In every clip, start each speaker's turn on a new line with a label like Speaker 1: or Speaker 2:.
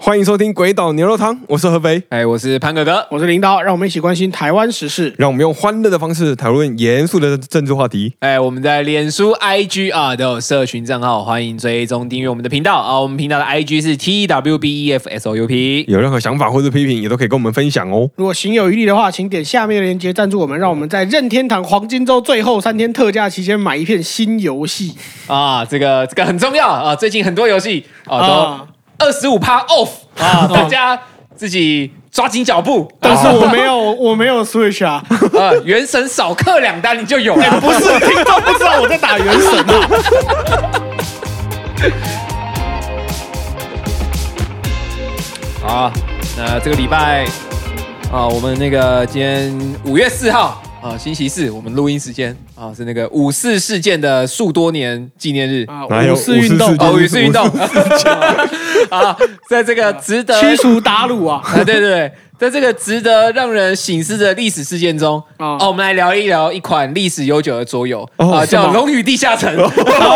Speaker 1: 欢迎收听《鬼岛牛肉汤》，我是合肥，
Speaker 2: 哎，我是潘可德，
Speaker 3: 我是林刀，让我们一起关心台湾时事。
Speaker 1: 让我们用欢乐的方式讨论严肃的政治话题。
Speaker 2: 哎，我们在脸书、IG 啊都有社群账号，欢迎追踪订阅我们的频道啊。我们频道的 IG 是 T W B E F S O U P。
Speaker 1: 有任何想法或者批评，也都可以跟我们分享哦。
Speaker 3: 如果行有余力的话，请点下面的链接赞助我们，让我们在任天堂黄金周最后三天特价期间买一片新游戏
Speaker 2: 啊，这个这个很重要啊！最近很多游戏啊
Speaker 3: 啊！哦
Speaker 2: 都二十五趴 off 啊，大家自己抓紧脚步。
Speaker 3: 但是我没有， 我没有 Switch 啊，
Speaker 2: 啊，原神少氪两单你就有了。
Speaker 3: 哎不是听众不知道我在打原 神啊。
Speaker 2: 好，啊那这个礼拜啊，我们那个今天五月四号啊，星期四，我们录音时间啊是那个五四事件的数多年纪念日。
Speaker 3: 啊，
Speaker 1: 哪有
Speaker 3: 五四运
Speaker 1: 五
Speaker 3: 动
Speaker 1: 四
Speaker 2: 哦，
Speaker 1: 五
Speaker 2: 五四运动 啊，在这个值得
Speaker 3: 驱除鞑虏啊，
Speaker 2: 啊，对对对，在这个值得让人醒思的历史事件中，
Speaker 3: 哦
Speaker 2: 哦，我们来聊一聊一款历史悠久的桌游
Speaker 1: 哦
Speaker 2: 啊，
Speaker 1: 是吗
Speaker 2: 叫《龙与地下城》。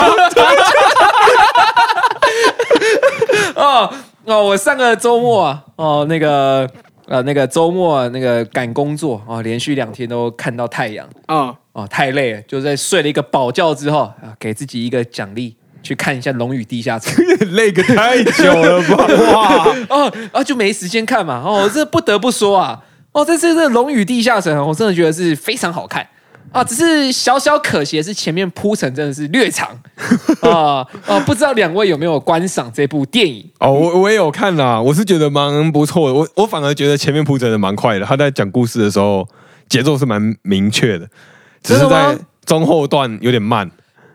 Speaker 2: 哦哦，我上个周末啊，哦那个。呃，那个周末啊那个赶工作啊、哦，连续两天都看到太阳
Speaker 3: 啊，
Speaker 2: 哦，太累了，就在睡了一个饱觉之后啊，给自己一个奖励，去看一下《龙与地下城》。
Speaker 1: 累个太久了吧？
Speaker 3: 哇，
Speaker 2: 哦啊，就没时间看嘛。哦，这不得不说啊，哦，这次这《龙与地下城》，哦我真的觉得是非常好看啊。只是小小可惜的是，前面铺陈真的是略长 啊啊，不知道两位有没有观赏这部电影？
Speaker 1: 哦，我我也有看啦，我是觉得蛮不错的。我我反而觉得前面铺陈的蛮快的，他在讲故事的时候节奏是蛮明确的，只是
Speaker 2: 真的吗
Speaker 1: 在中后段有点慢。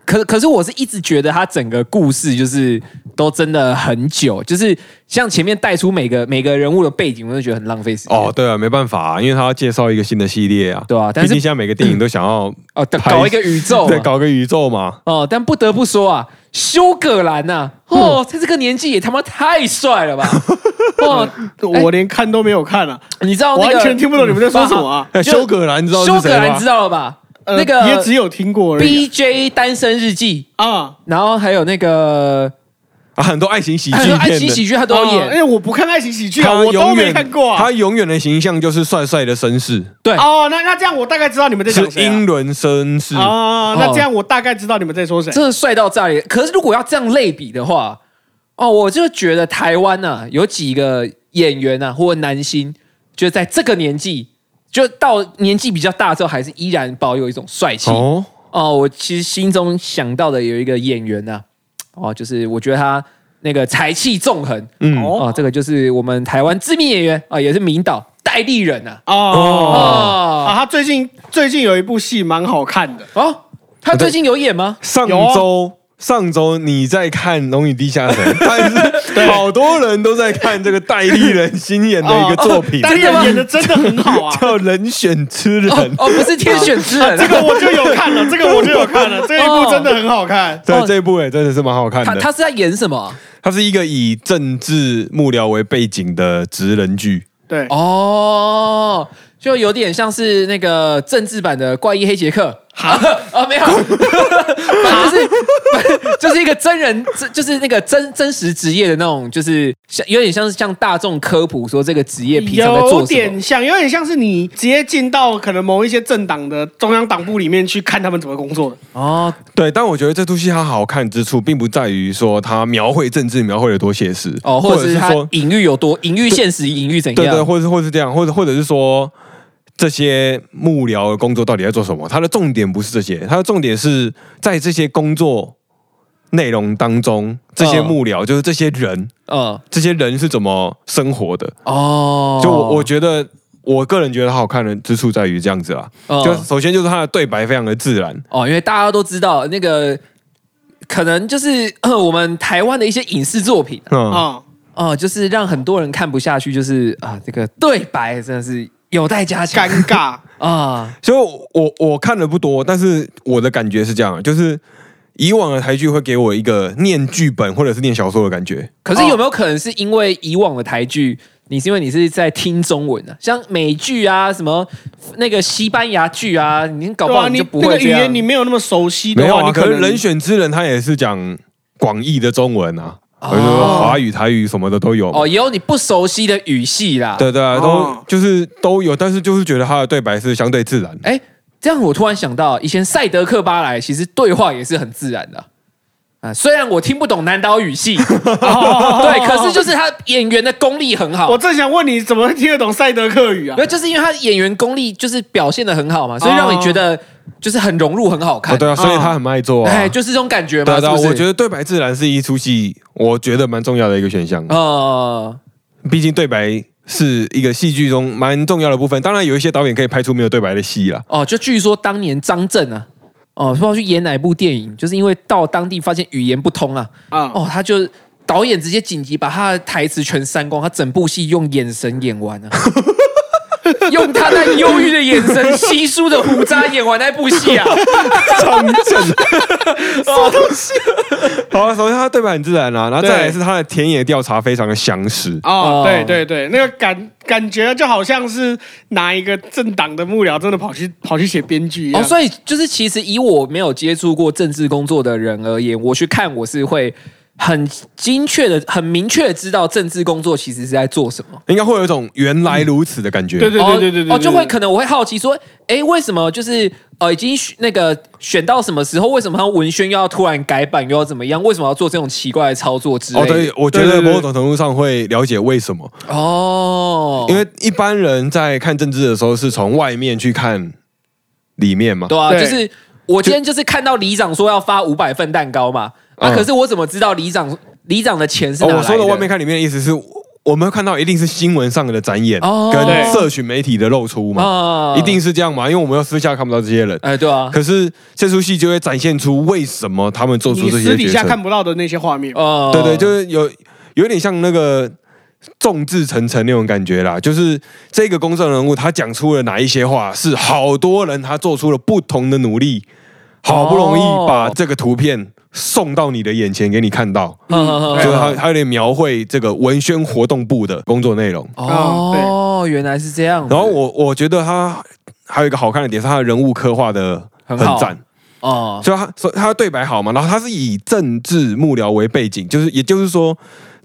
Speaker 2: 可可是我是一直觉得他整个故事就是都真的很久，就是像前面带出每个每个人物的背景，我就觉得很浪费时间。
Speaker 1: 哦，对啊，没办法、啊，因为他要介绍一个新的系列啊。
Speaker 2: 嗯对啊但
Speaker 1: 毕
Speaker 2: 是
Speaker 1: 竟现在每个电影都想要
Speaker 2: 哦，
Speaker 1: 拍
Speaker 2: 搞一个宇宙嘛，啊
Speaker 1: 对搞个宇宙嘛。
Speaker 2: 哦，但不得不说啊，修格兰呐、哦，他这个年纪也他妈太帅了吧！哦，
Speaker 3: 我连看都没有看啊，
Speaker 2: 你
Speaker 1: 哎
Speaker 2: 知道
Speaker 1: 哦
Speaker 2: 那
Speaker 3: 完
Speaker 2: 个
Speaker 3: 全听不懂你们在说什么啊。
Speaker 1: 那
Speaker 2: 就
Speaker 1: 哎修格兰知道是
Speaker 2: 修
Speaker 1: 谁
Speaker 2: 格兰
Speaker 1: 吗
Speaker 2: 知？道了吧？
Speaker 1: 嗯
Speaker 3: 呃
Speaker 2: 那个
Speaker 3: 也只有听过而已
Speaker 2: B J 单身日记，
Speaker 3: 啊，
Speaker 2: 然后还有那个
Speaker 1: 啊，很多爱情喜剧
Speaker 2: 还有爱
Speaker 1: 片
Speaker 2: 情
Speaker 1: 的。
Speaker 2: 喜剧，他都有
Speaker 3: 啊因
Speaker 2: 演。
Speaker 3: 为我不看爱情喜剧啊，
Speaker 1: 他
Speaker 3: 我都
Speaker 1: 永
Speaker 3: 没
Speaker 1: 远
Speaker 3: 看过啊
Speaker 1: 他。永远的形象就是帅帅的绅士，
Speaker 2: 对，
Speaker 3: 哦，那那这样我大概知道你们在
Speaker 1: 是
Speaker 3: 讲谁啊
Speaker 1: 英哦伦绅士。
Speaker 3: 啊，那这样我大概知道你们在说谁。
Speaker 2: 真的帅到炸裂。可是如果要这样类比的话，哦，我就觉得台湾呐、有几个演员呐、或男星，就在这个年纪，就到年纪比较大之后，还是依然保有一种帅气。
Speaker 1: 哦，
Speaker 2: 哦，我其实心中想到的有一个演员呐、哦，就是我觉得他那个才气纵横，
Speaker 1: 嗯，
Speaker 3: 哦
Speaker 2: 哦，这个就是我们台湾知名演员啊、也是名导戴立忍呐、啊，
Speaker 3: 哦啊，
Speaker 2: 哦
Speaker 3: 他最近最近有一部戏蛮好看的，
Speaker 2: 哦，他最近有演 吗？
Speaker 1: 上
Speaker 3: 有啊
Speaker 1: 周、上周你在看《龙与地下城》，但是好多人都在看这个戴立人新演的一个作品，
Speaker 3: 但是
Speaker 2: 真的吗
Speaker 3: 演的真的很好啊。
Speaker 1: 叫《人选之人
Speaker 2: 哦》。哦，不是天选之人、啊，
Speaker 3: 这个我就有 看了，这个我就有看了，这一部真的很好看。
Speaker 1: 对
Speaker 2: 哦
Speaker 1: 这一部也真的是蛮好看
Speaker 2: 他
Speaker 1: 的，
Speaker 2: 他是在演什么啊？
Speaker 1: 它是一个以政治幕僚为背景的职人剧。
Speaker 3: 对，
Speaker 2: 哦，就有点像是那个政治版的怪医黑杰克。 啊啊，没有，就是就是一 个真人，真就是那个真真实职业的那种，就是像有点像是像大众科普说这个职业平常在
Speaker 3: 有
Speaker 2: 做什么
Speaker 3: 点。像，有点像是你直接进到可能某一些政党的中央党部里面去看他们怎么工作的。
Speaker 2: 哦，
Speaker 1: 对，但我觉得这出戏它好看之处，并不在于说它描绘政治描绘的多写实，
Speaker 2: 哦，或者是他
Speaker 1: 说，
Speaker 2: 隐喻有多隐喻现实，隐喻怎样？
Speaker 1: 对对，或者是或者是这样，或者或者是说这些幕僚的工作到底在做什么？它的重点不是这些，它的重点是在这些工作内容当中，这些
Speaker 2: 嗯
Speaker 1: 幕僚、就是这些人，
Speaker 2: 嗯，
Speaker 1: 这些人是怎么生活的？
Speaker 2: 哦，
Speaker 1: 就我我觉得。我个人觉得它好看的之处在于这样子啦，
Speaker 2: 嗯
Speaker 1: 就首先就是它的对白非常的自然，
Speaker 2: 哦，因为大家都知道那个，可能就是、 我们台湾的一些影视作品、
Speaker 1: 嗯，
Speaker 3: 啊，
Speaker 2: 哦，就是让很多人看不下去，就是啊，这个对白真的是有待加强
Speaker 3: 尴尬，
Speaker 2: 啊。
Speaker 1: 所以我，我我看的不多，但是我的感觉是这样，啊就是以往的台剧会给我一个念剧本或者是念小说的感觉。
Speaker 2: 可
Speaker 3: 哦
Speaker 2: 是有没有可能是因为以往的台剧，你是因为你是在听中文的、啊，像美剧啊，什么那个西班牙剧啊，你搞不
Speaker 3: 对
Speaker 2: 好
Speaker 3: 啊，
Speaker 2: 你
Speaker 3: 你
Speaker 2: 就不
Speaker 3: 那
Speaker 2: 会
Speaker 3: 个语
Speaker 2: 这样。
Speaker 3: 言你没有那么熟悉
Speaker 1: 没
Speaker 3: 的
Speaker 1: 有
Speaker 3: 话，
Speaker 1: 啊，
Speaker 3: 你
Speaker 1: 可
Speaker 3: 可
Speaker 1: 能《
Speaker 3: 能
Speaker 1: 人选之人》他也是讲广义的中文啊，比如说华语、台语什么的都有嘛。
Speaker 2: 哦，也有你不熟悉的语系啦。
Speaker 1: 对对啊，
Speaker 3: 哦
Speaker 1: 都就是都有，但是就是觉得他的对白是相对自然。
Speaker 2: 哎，这样我突然想到，以前赛德克巴莱其实对话也是很自然的。啊，虽然我听不懂南岛语 系，对，可是就是他演员的功力很好
Speaker 3: 我，正想问你怎么听得懂赛德克语啊
Speaker 2: 没？有，就是因为他演员功力就是表现的很好嘛，所以让你觉得就是很融入，很好看。
Speaker 1: 哦，对啊，所以他很爱做啊。
Speaker 2: 哎，就是这种感觉
Speaker 1: 对
Speaker 2: 嘛，
Speaker 1: 啊，对啊，
Speaker 2: 是不是
Speaker 1: 我觉得对白自然是一出戏，我觉得蛮重要的一个选项。
Speaker 2: 呃，
Speaker 1: 毕竟对白是一个戏剧中蛮重要的部分。当然，有一些导演可以拍出没有对白的戏 啦。
Speaker 2: 哦，就据说当年张震啊，哦，不知道去演哪一部电影，就是因为到当地发现语言不通啊，
Speaker 3: 啊，
Speaker 2: 哦，他就导演直接紧急把他的台词全删光，他整部戏用眼神演完 啊。用他那忧郁的眼神、稀疏的胡渣演完那部戏啊！哦
Speaker 1: 张 震，什么东西？好啊，首先他对白很自然啊啦，然后再来是他的田野调查非常的详实。
Speaker 2: 哦，
Speaker 3: 哦对对对，那个感感觉就好像是哪一个政党的幕僚真的跑去跑去写编剧一样。
Speaker 2: 哦，所以就是其实以我没有接触过政治工作的人而言，我去看我是会很精确的、很明确地知道政治工作其实是在做什么。
Speaker 1: 应该会有一种原来如此的感觉。
Speaker 3: 对对对对对对，
Speaker 2: 哦，就
Speaker 3: 对
Speaker 2: 会可能我会好奇说，哎，为什么就是呃已经选那个选到什么时候，为什么他文宣又要突然改版，又要怎么样？为什么要做这种奇怪的操作之类
Speaker 1: 哦，
Speaker 2: 的？
Speaker 1: 对，我觉
Speaker 3: 对
Speaker 1: 得
Speaker 3: 对
Speaker 1: 某
Speaker 3: 对
Speaker 1: 种程度上会了解为什么，
Speaker 2: 哦，
Speaker 1: 因为一般人在看政治的时候是从外面去看里面嘛。
Speaker 2: 对啊，
Speaker 3: 对
Speaker 2: 就是我今天就是看到里长说要发五百份蛋糕嘛，啊，
Speaker 1: 嗯
Speaker 2: 可是我怎么知道里长里长的钱是
Speaker 1: 哦，
Speaker 2: 哪来
Speaker 1: 我说的外面看里面的意思是，我们会看到一定是新闻上的展演
Speaker 2: 哦
Speaker 1: 跟社群媒体的露出嘛，
Speaker 2: 啊
Speaker 1: 一定是这样嘛，因为我们要私下看不到这些人。
Speaker 2: 哎，对啊，
Speaker 1: 可是这出戏就会展现出为什么他们做出
Speaker 3: 你
Speaker 1: 这
Speaker 3: 私
Speaker 1: 些
Speaker 3: 底
Speaker 1: 决
Speaker 3: 下
Speaker 1: 策。
Speaker 3: 看不到的那些画面。
Speaker 2: 哦
Speaker 1: 对对，就是有有点像那个众志成城那种感觉啦，就是这个公众人物他讲出了哪一些话，是好多人他做出了不同的努力，好不容易把这个图片送到你的眼前给你看到，
Speaker 2: 嗯
Speaker 1: 就
Speaker 3: 对
Speaker 1: 是他他有点描绘这个文宣活动部的工作内容。
Speaker 2: 哦，原来是这样子。
Speaker 1: 然后我我觉得他还有一个好看的点是他的人物刻画的很
Speaker 2: 很好
Speaker 1: 赞，
Speaker 2: 哦，
Speaker 1: 所以他所以他对白好嘛，然后他是以政治幕僚为背景，就是也就是说，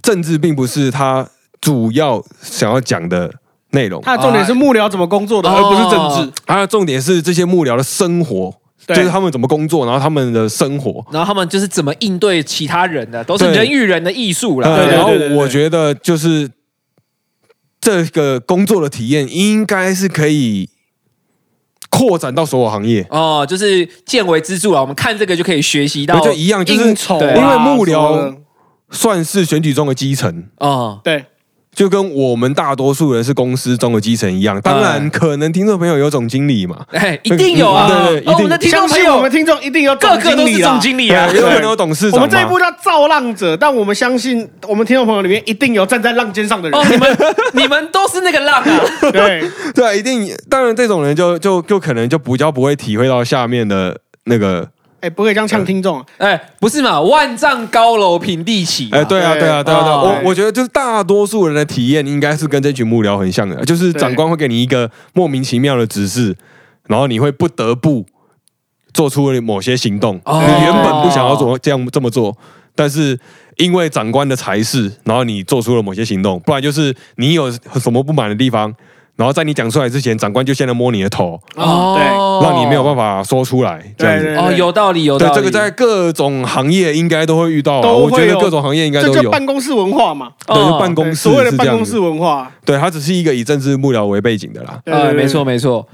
Speaker 1: 政治并不是他主要想要讲的内容，
Speaker 3: 他的重点是幕僚怎么工作的，
Speaker 2: 哦
Speaker 3: 而不是政治。
Speaker 1: 他的重点是这些幕僚的生活，就
Speaker 3: 对
Speaker 1: 是他们怎么工作，然后他们的生活。
Speaker 2: 然后他们就是怎么应对其他人的，都是
Speaker 1: 对
Speaker 2: 人与人的艺术啦。
Speaker 1: 呃
Speaker 3: 对
Speaker 1: 然后
Speaker 3: 对对对
Speaker 1: 我觉得就是这个工作的体验应该是可以扩展到所有行业。
Speaker 2: 哦，就是见微知著啊，我们看这个就可以学习到
Speaker 1: 那就一样，就是
Speaker 3: 应酬啊，
Speaker 2: 对
Speaker 1: 因为幕
Speaker 3: 什么
Speaker 1: 僚
Speaker 3: 的
Speaker 1: 算是选举中的基层，
Speaker 2: 哦，
Speaker 3: 对
Speaker 1: 就跟我们大多数人是公司中的基层一样，当然
Speaker 2: 哎
Speaker 1: 可能听众朋友有总经理嘛，
Speaker 2: 哎，一定有啊，
Speaker 1: 对对对一定
Speaker 2: 哦
Speaker 1: 有
Speaker 2: 我们的听众
Speaker 3: 相
Speaker 2: 朋
Speaker 3: 信我
Speaker 2: 友
Speaker 3: 们听众一定有
Speaker 2: 个个都是
Speaker 3: 啊
Speaker 2: 总经理啊
Speaker 1: 也，哎有可能有董事长嘛。
Speaker 3: 我们这一部叫《造浪者》，但我们相信我们听众朋友里面一定有站在浪尖上的人。
Speaker 2: 哦，你们你们 都是那个浪啊，
Speaker 3: 对，
Speaker 1: 对啊，一定当然这种人就就就可能就比较不会体会到下面的那个，
Speaker 3: 哎，不可以这样呛听众啊。
Speaker 2: 哎，不是嘛，万丈高楼平地起嘛，
Speaker 1: 哎，对啊，
Speaker 3: 对
Speaker 1: 对啊，对啊，对啊，
Speaker 2: 哦
Speaker 1: 我我觉得就是大多数人的体验应该是跟这群幕僚很像的，就是长官会给你一个莫名其妙的指示，然后你会不得不做出某些行动，
Speaker 2: 哦
Speaker 1: 你原本不想要做这样这么做，但是因为长官的才是，然后你做出了某些行动，不然就是你有什么不满的地方，然后在你讲出来之前，长官就先来摸你的头，
Speaker 3: 对，
Speaker 2: 哦，
Speaker 1: 让你没有办法说出来，这样子
Speaker 3: 对。
Speaker 2: 哦，有道理，有道
Speaker 1: 对，
Speaker 2: 理，
Speaker 1: 这个在各种行业应该都会遇到啊，
Speaker 3: 都
Speaker 1: 我
Speaker 3: 会
Speaker 1: 觉得
Speaker 3: 有
Speaker 1: 各种行业应该
Speaker 3: 这
Speaker 1: 都
Speaker 3: 叫
Speaker 1: 有。
Speaker 3: 办公室文化嘛。
Speaker 1: 对，
Speaker 2: 哦
Speaker 1: 就办公室
Speaker 3: 对所谓
Speaker 1: 是
Speaker 3: 的
Speaker 1: 这
Speaker 3: 办
Speaker 1: 样
Speaker 3: 公
Speaker 1: 子
Speaker 3: 室文化。啊
Speaker 1: 对，它只是一个以政治幕僚为背景的啦。
Speaker 3: 对
Speaker 2: 呃，没错，没错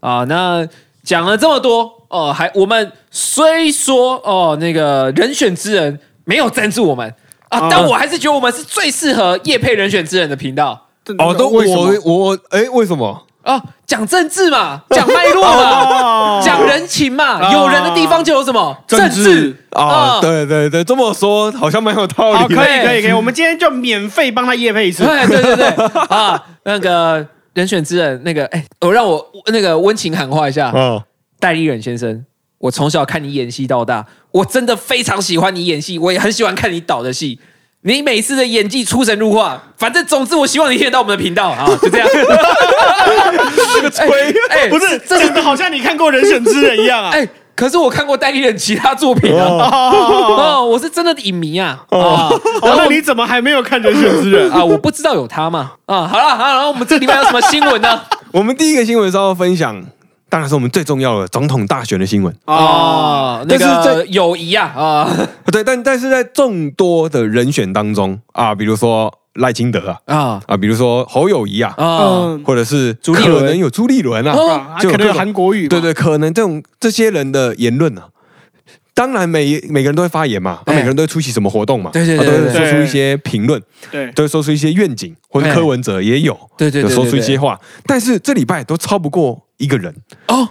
Speaker 2: 啊。那讲了这么多哦、还我们虽说哦、那个人选之人没有赞助我们啊，
Speaker 3: 啊
Speaker 2: 但我还是觉得我们是最适合叶配人选之人的频道
Speaker 3: 对
Speaker 1: 哦，都
Speaker 3: 为什么
Speaker 1: 我我哎，为什么？
Speaker 2: 啊，讲政治嘛， 讲脉络嘛。
Speaker 3: 哦
Speaker 2: 讲人情嘛，
Speaker 3: 啊
Speaker 2: 有人的地方就有什么
Speaker 3: 政治哦
Speaker 1: 啊，
Speaker 2: 嗯
Speaker 1: 对对对，这么说好像蛮有道
Speaker 3: 好，
Speaker 1: 理
Speaker 3: 哦
Speaker 1: 的。
Speaker 3: 可以可以可以，我们今天就免费帮他夜配一次。
Speaker 2: 哎对对对对啊，那个人选之人，那个哎，我让我那个温情喊话一下，
Speaker 1: 嗯，
Speaker 2: 戴立忍先生，我从小看你演戏到大，我真的非常喜欢你演戏，我也很喜欢看你导的戏。你每次的演技出神入化，反正总之我希望你听得到我们的频道啊，就这样。这个吹，哎、
Speaker 3: 不是，
Speaker 2: 这是
Speaker 3: 讲得好像你看过《人选之人》一样啊。
Speaker 2: 哎、可是我看过戴立忍其他作品啊，
Speaker 3: 哦，
Speaker 2: 哦，我是真的影迷啊，啊
Speaker 3: 哦，那你怎么还没有看《人选之人》
Speaker 2: 啊，我不知道有他嘛，啊，好了好了，然后我们这里面有什么新闻呢？
Speaker 1: 我们第一个新闻是要分享，当然是我们最重要的总统大选的新闻。
Speaker 3: 哦，
Speaker 2: 哦，那
Speaker 1: 但是
Speaker 2: 个友谊啊，啊
Speaker 1: 对，但但是在众多的人选当中啊，比如说赖清德啊，
Speaker 2: 啊
Speaker 1: 啊，比如说侯友谊啊，
Speaker 2: 啊，
Speaker 3: 嗯，
Speaker 1: 或者是
Speaker 2: 朱立伦
Speaker 1: 可能有朱立伦啊，
Speaker 2: 哦
Speaker 3: 啊
Speaker 1: 就有
Speaker 3: 可能有
Speaker 1: 各种
Speaker 3: 韩国语，
Speaker 1: 对，对，可能这种这些人的言论啊，当然每每个人都会发言嘛，啊
Speaker 2: 哎
Speaker 1: 每个人都会出席什么活动嘛，
Speaker 2: 对对
Speaker 1: 啊
Speaker 2: 对
Speaker 1: 都
Speaker 2: 对
Speaker 1: 会说出一些评论，
Speaker 3: 对，
Speaker 1: 都会说出一些愿景，或者
Speaker 2: 哎
Speaker 1: 柯文哲也有，
Speaker 2: 对对
Speaker 1: 有
Speaker 2: 对，
Speaker 1: 说出一
Speaker 2: 对
Speaker 1: 些话，但是这礼拜都超不过一个人，
Speaker 2: 哦，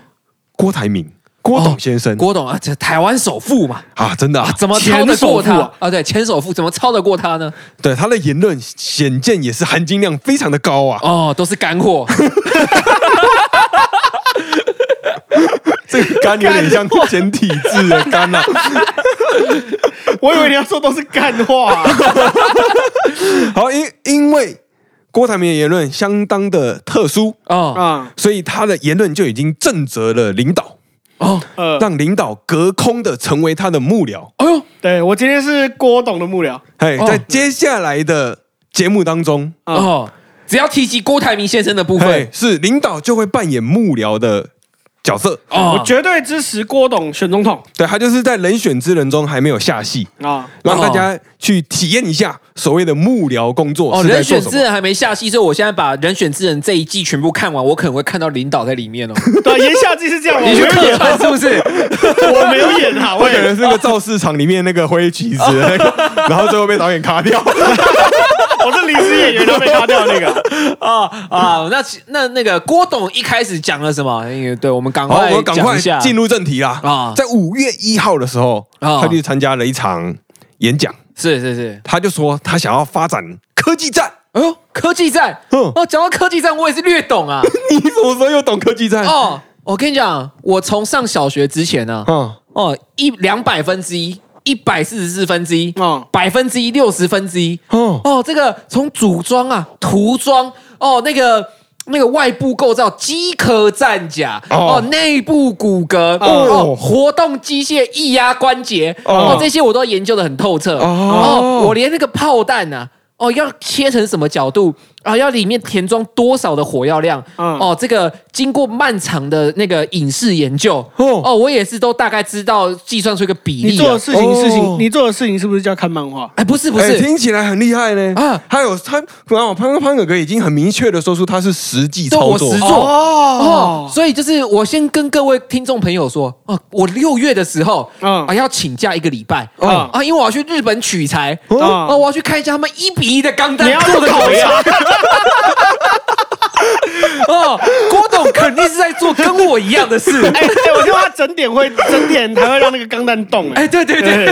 Speaker 1: 郭台铭，郭董先生
Speaker 2: 郭董啊，这台湾首富嘛，
Speaker 1: 啊，真的啊，
Speaker 2: 怎么超得
Speaker 3: 前首
Speaker 2: 过
Speaker 3: 富
Speaker 2: 他
Speaker 3: 啊
Speaker 2: 啊？对，前首富怎么超得过他呢？
Speaker 1: 对他的言论显见也是含金量非常的高啊，
Speaker 2: 哦，都是干货，
Speaker 1: 这个肝有 点像简体字的肝啊。
Speaker 3: 我以为你要说都是干话，
Speaker 1: 好，因因为郭台铭的言论相当的特殊，
Speaker 2: 哦
Speaker 3: 啊，
Speaker 1: 所以他的言论就已经震慑了领导，
Speaker 2: 哦，
Speaker 3: 呃，
Speaker 1: 让领导隔空的成为他的幕僚。
Speaker 2: 哎呦，
Speaker 3: 对我今天是郭董的幕僚，
Speaker 1: 哎，
Speaker 2: 哦
Speaker 1: 在接下来的节目当中，
Speaker 3: 啊
Speaker 2: 哦，只要提及郭台铭先生的部
Speaker 1: 哎
Speaker 2: 分，，
Speaker 1: 是领导就会扮演幕僚的角色。
Speaker 2: 哦，
Speaker 3: 我绝对支持郭董选总统
Speaker 1: 对他就是在人选之人中还没有下戏，
Speaker 3: 啊，
Speaker 2: 哦
Speaker 1: 让大家去体验一下所谓的幕僚工作
Speaker 2: 哦，
Speaker 1: 是在
Speaker 2: 人
Speaker 1: 做
Speaker 2: 选
Speaker 1: 什
Speaker 2: 之
Speaker 1: 么。
Speaker 2: 人还没下戏，所以我现在把人选之人这一季全部看完，我可能会看到领导在里面哦。
Speaker 3: 对，言下之意是这样，哦我没
Speaker 2: 你去
Speaker 3: 有
Speaker 2: 客
Speaker 3: 演，
Speaker 2: 串是不是？
Speaker 3: 我没有演啊，
Speaker 1: 或
Speaker 3: 我
Speaker 1: 可能
Speaker 3: 也
Speaker 1: 是那个造市场里面那个挥 旗子，然后最后被导演卡掉。
Speaker 3: 我是临时演员都被擦掉那个，
Speaker 2: 啊啊，那其那那个郭董一开始讲了什么？那个对，我们赶
Speaker 1: 好，
Speaker 2: 快
Speaker 1: 我们赶
Speaker 2: 讲
Speaker 1: 快
Speaker 2: 一下
Speaker 1: 进入正题啦。
Speaker 2: 啊
Speaker 1: 在五月一号的时候，
Speaker 2: 啊
Speaker 1: 他就参加了一场演讲，
Speaker 2: 是是是，
Speaker 1: 他就说他想要发展科技战。
Speaker 2: 哎呦，科技战
Speaker 1: 嗯
Speaker 2: 哦，讲到科技战，我也是略懂啊。
Speaker 1: 你什么时候又懂科技战？
Speaker 2: 哦，我跟你讲，我从上小学之前呢、啊，
Speaker 1: 嗯，
Speaker 2: 哦，一两百分之一，一百四十四分之一，
Speaker 3: 哦
Speaker 2: 百分之一，六十分之一。
Speaker 1: 哦
Speaker 2: 哦，这个从组装啊、涂装哦，那个那个外部构造机壳战甲
Speaker 1: 哦
Speaker 2: 哦内部骨骼哦
Speaker 1: 哦
Speaker 2: 活动机械液压关节
Speaker 1: 哦
Speaker 2: 哦这些我都研究的很透彻
Speaker 1: 哦
Speaker 2: 哦我连那个炮弹呐、啊。哦，要切成什么角度啊？要里面填装多少的火药量？
Speaker 3: 嗯
Speaker 2: 哦，这个经过漫长的那个影视研究，
Speaker 1: 哦
Speaker 2: 哦我也是都大概知道计算出一个比例、啊。
Speaker 3: 你做的事情事
Speaker 1: 哦
Speaker 3: 情，你做的事情是不是叫看漫画？
Speaker 2: 哎，不是不是，
Speaker 1: 哎听起来很厉害呢。啊
Speaker 2: 啊，
Speaker 1: 还有他，潘潘潘哥哥已经很明确的说出他是实际
Speaker 2: 对
Speaker 1: 操
Speaker 2: 我
Speaker 1: 作，
Speaker 2: 实做哦，所以就是我先跟各位听众朋友说，哦，我六月的时候，
Speaker 3: 嗯
Speaker 2: 啊，要请假一个礼拜，
Speaker 3: 嗯
Speaker 2: 啊，因为我要去日本取材，
Speaker 1: 哦
Speaker 3: 啊
Speaker 2: 啊，我要去看一下他们一比一的钢弹
Speaker 3: 你要
Speaker 2: 做的
Speaker 3: 考
Speaker 2: 怎么样，
Speaker 3: 察，
Speaker 2: 哦，郭董肯定是在做跟我一样的事，
Speaker 3: 哎，对，我觉得他整点会整点才会让那个钢弹动，
Speaker 2: 哎，
Speaker 3: 哎，
Speaker 2: 对对对，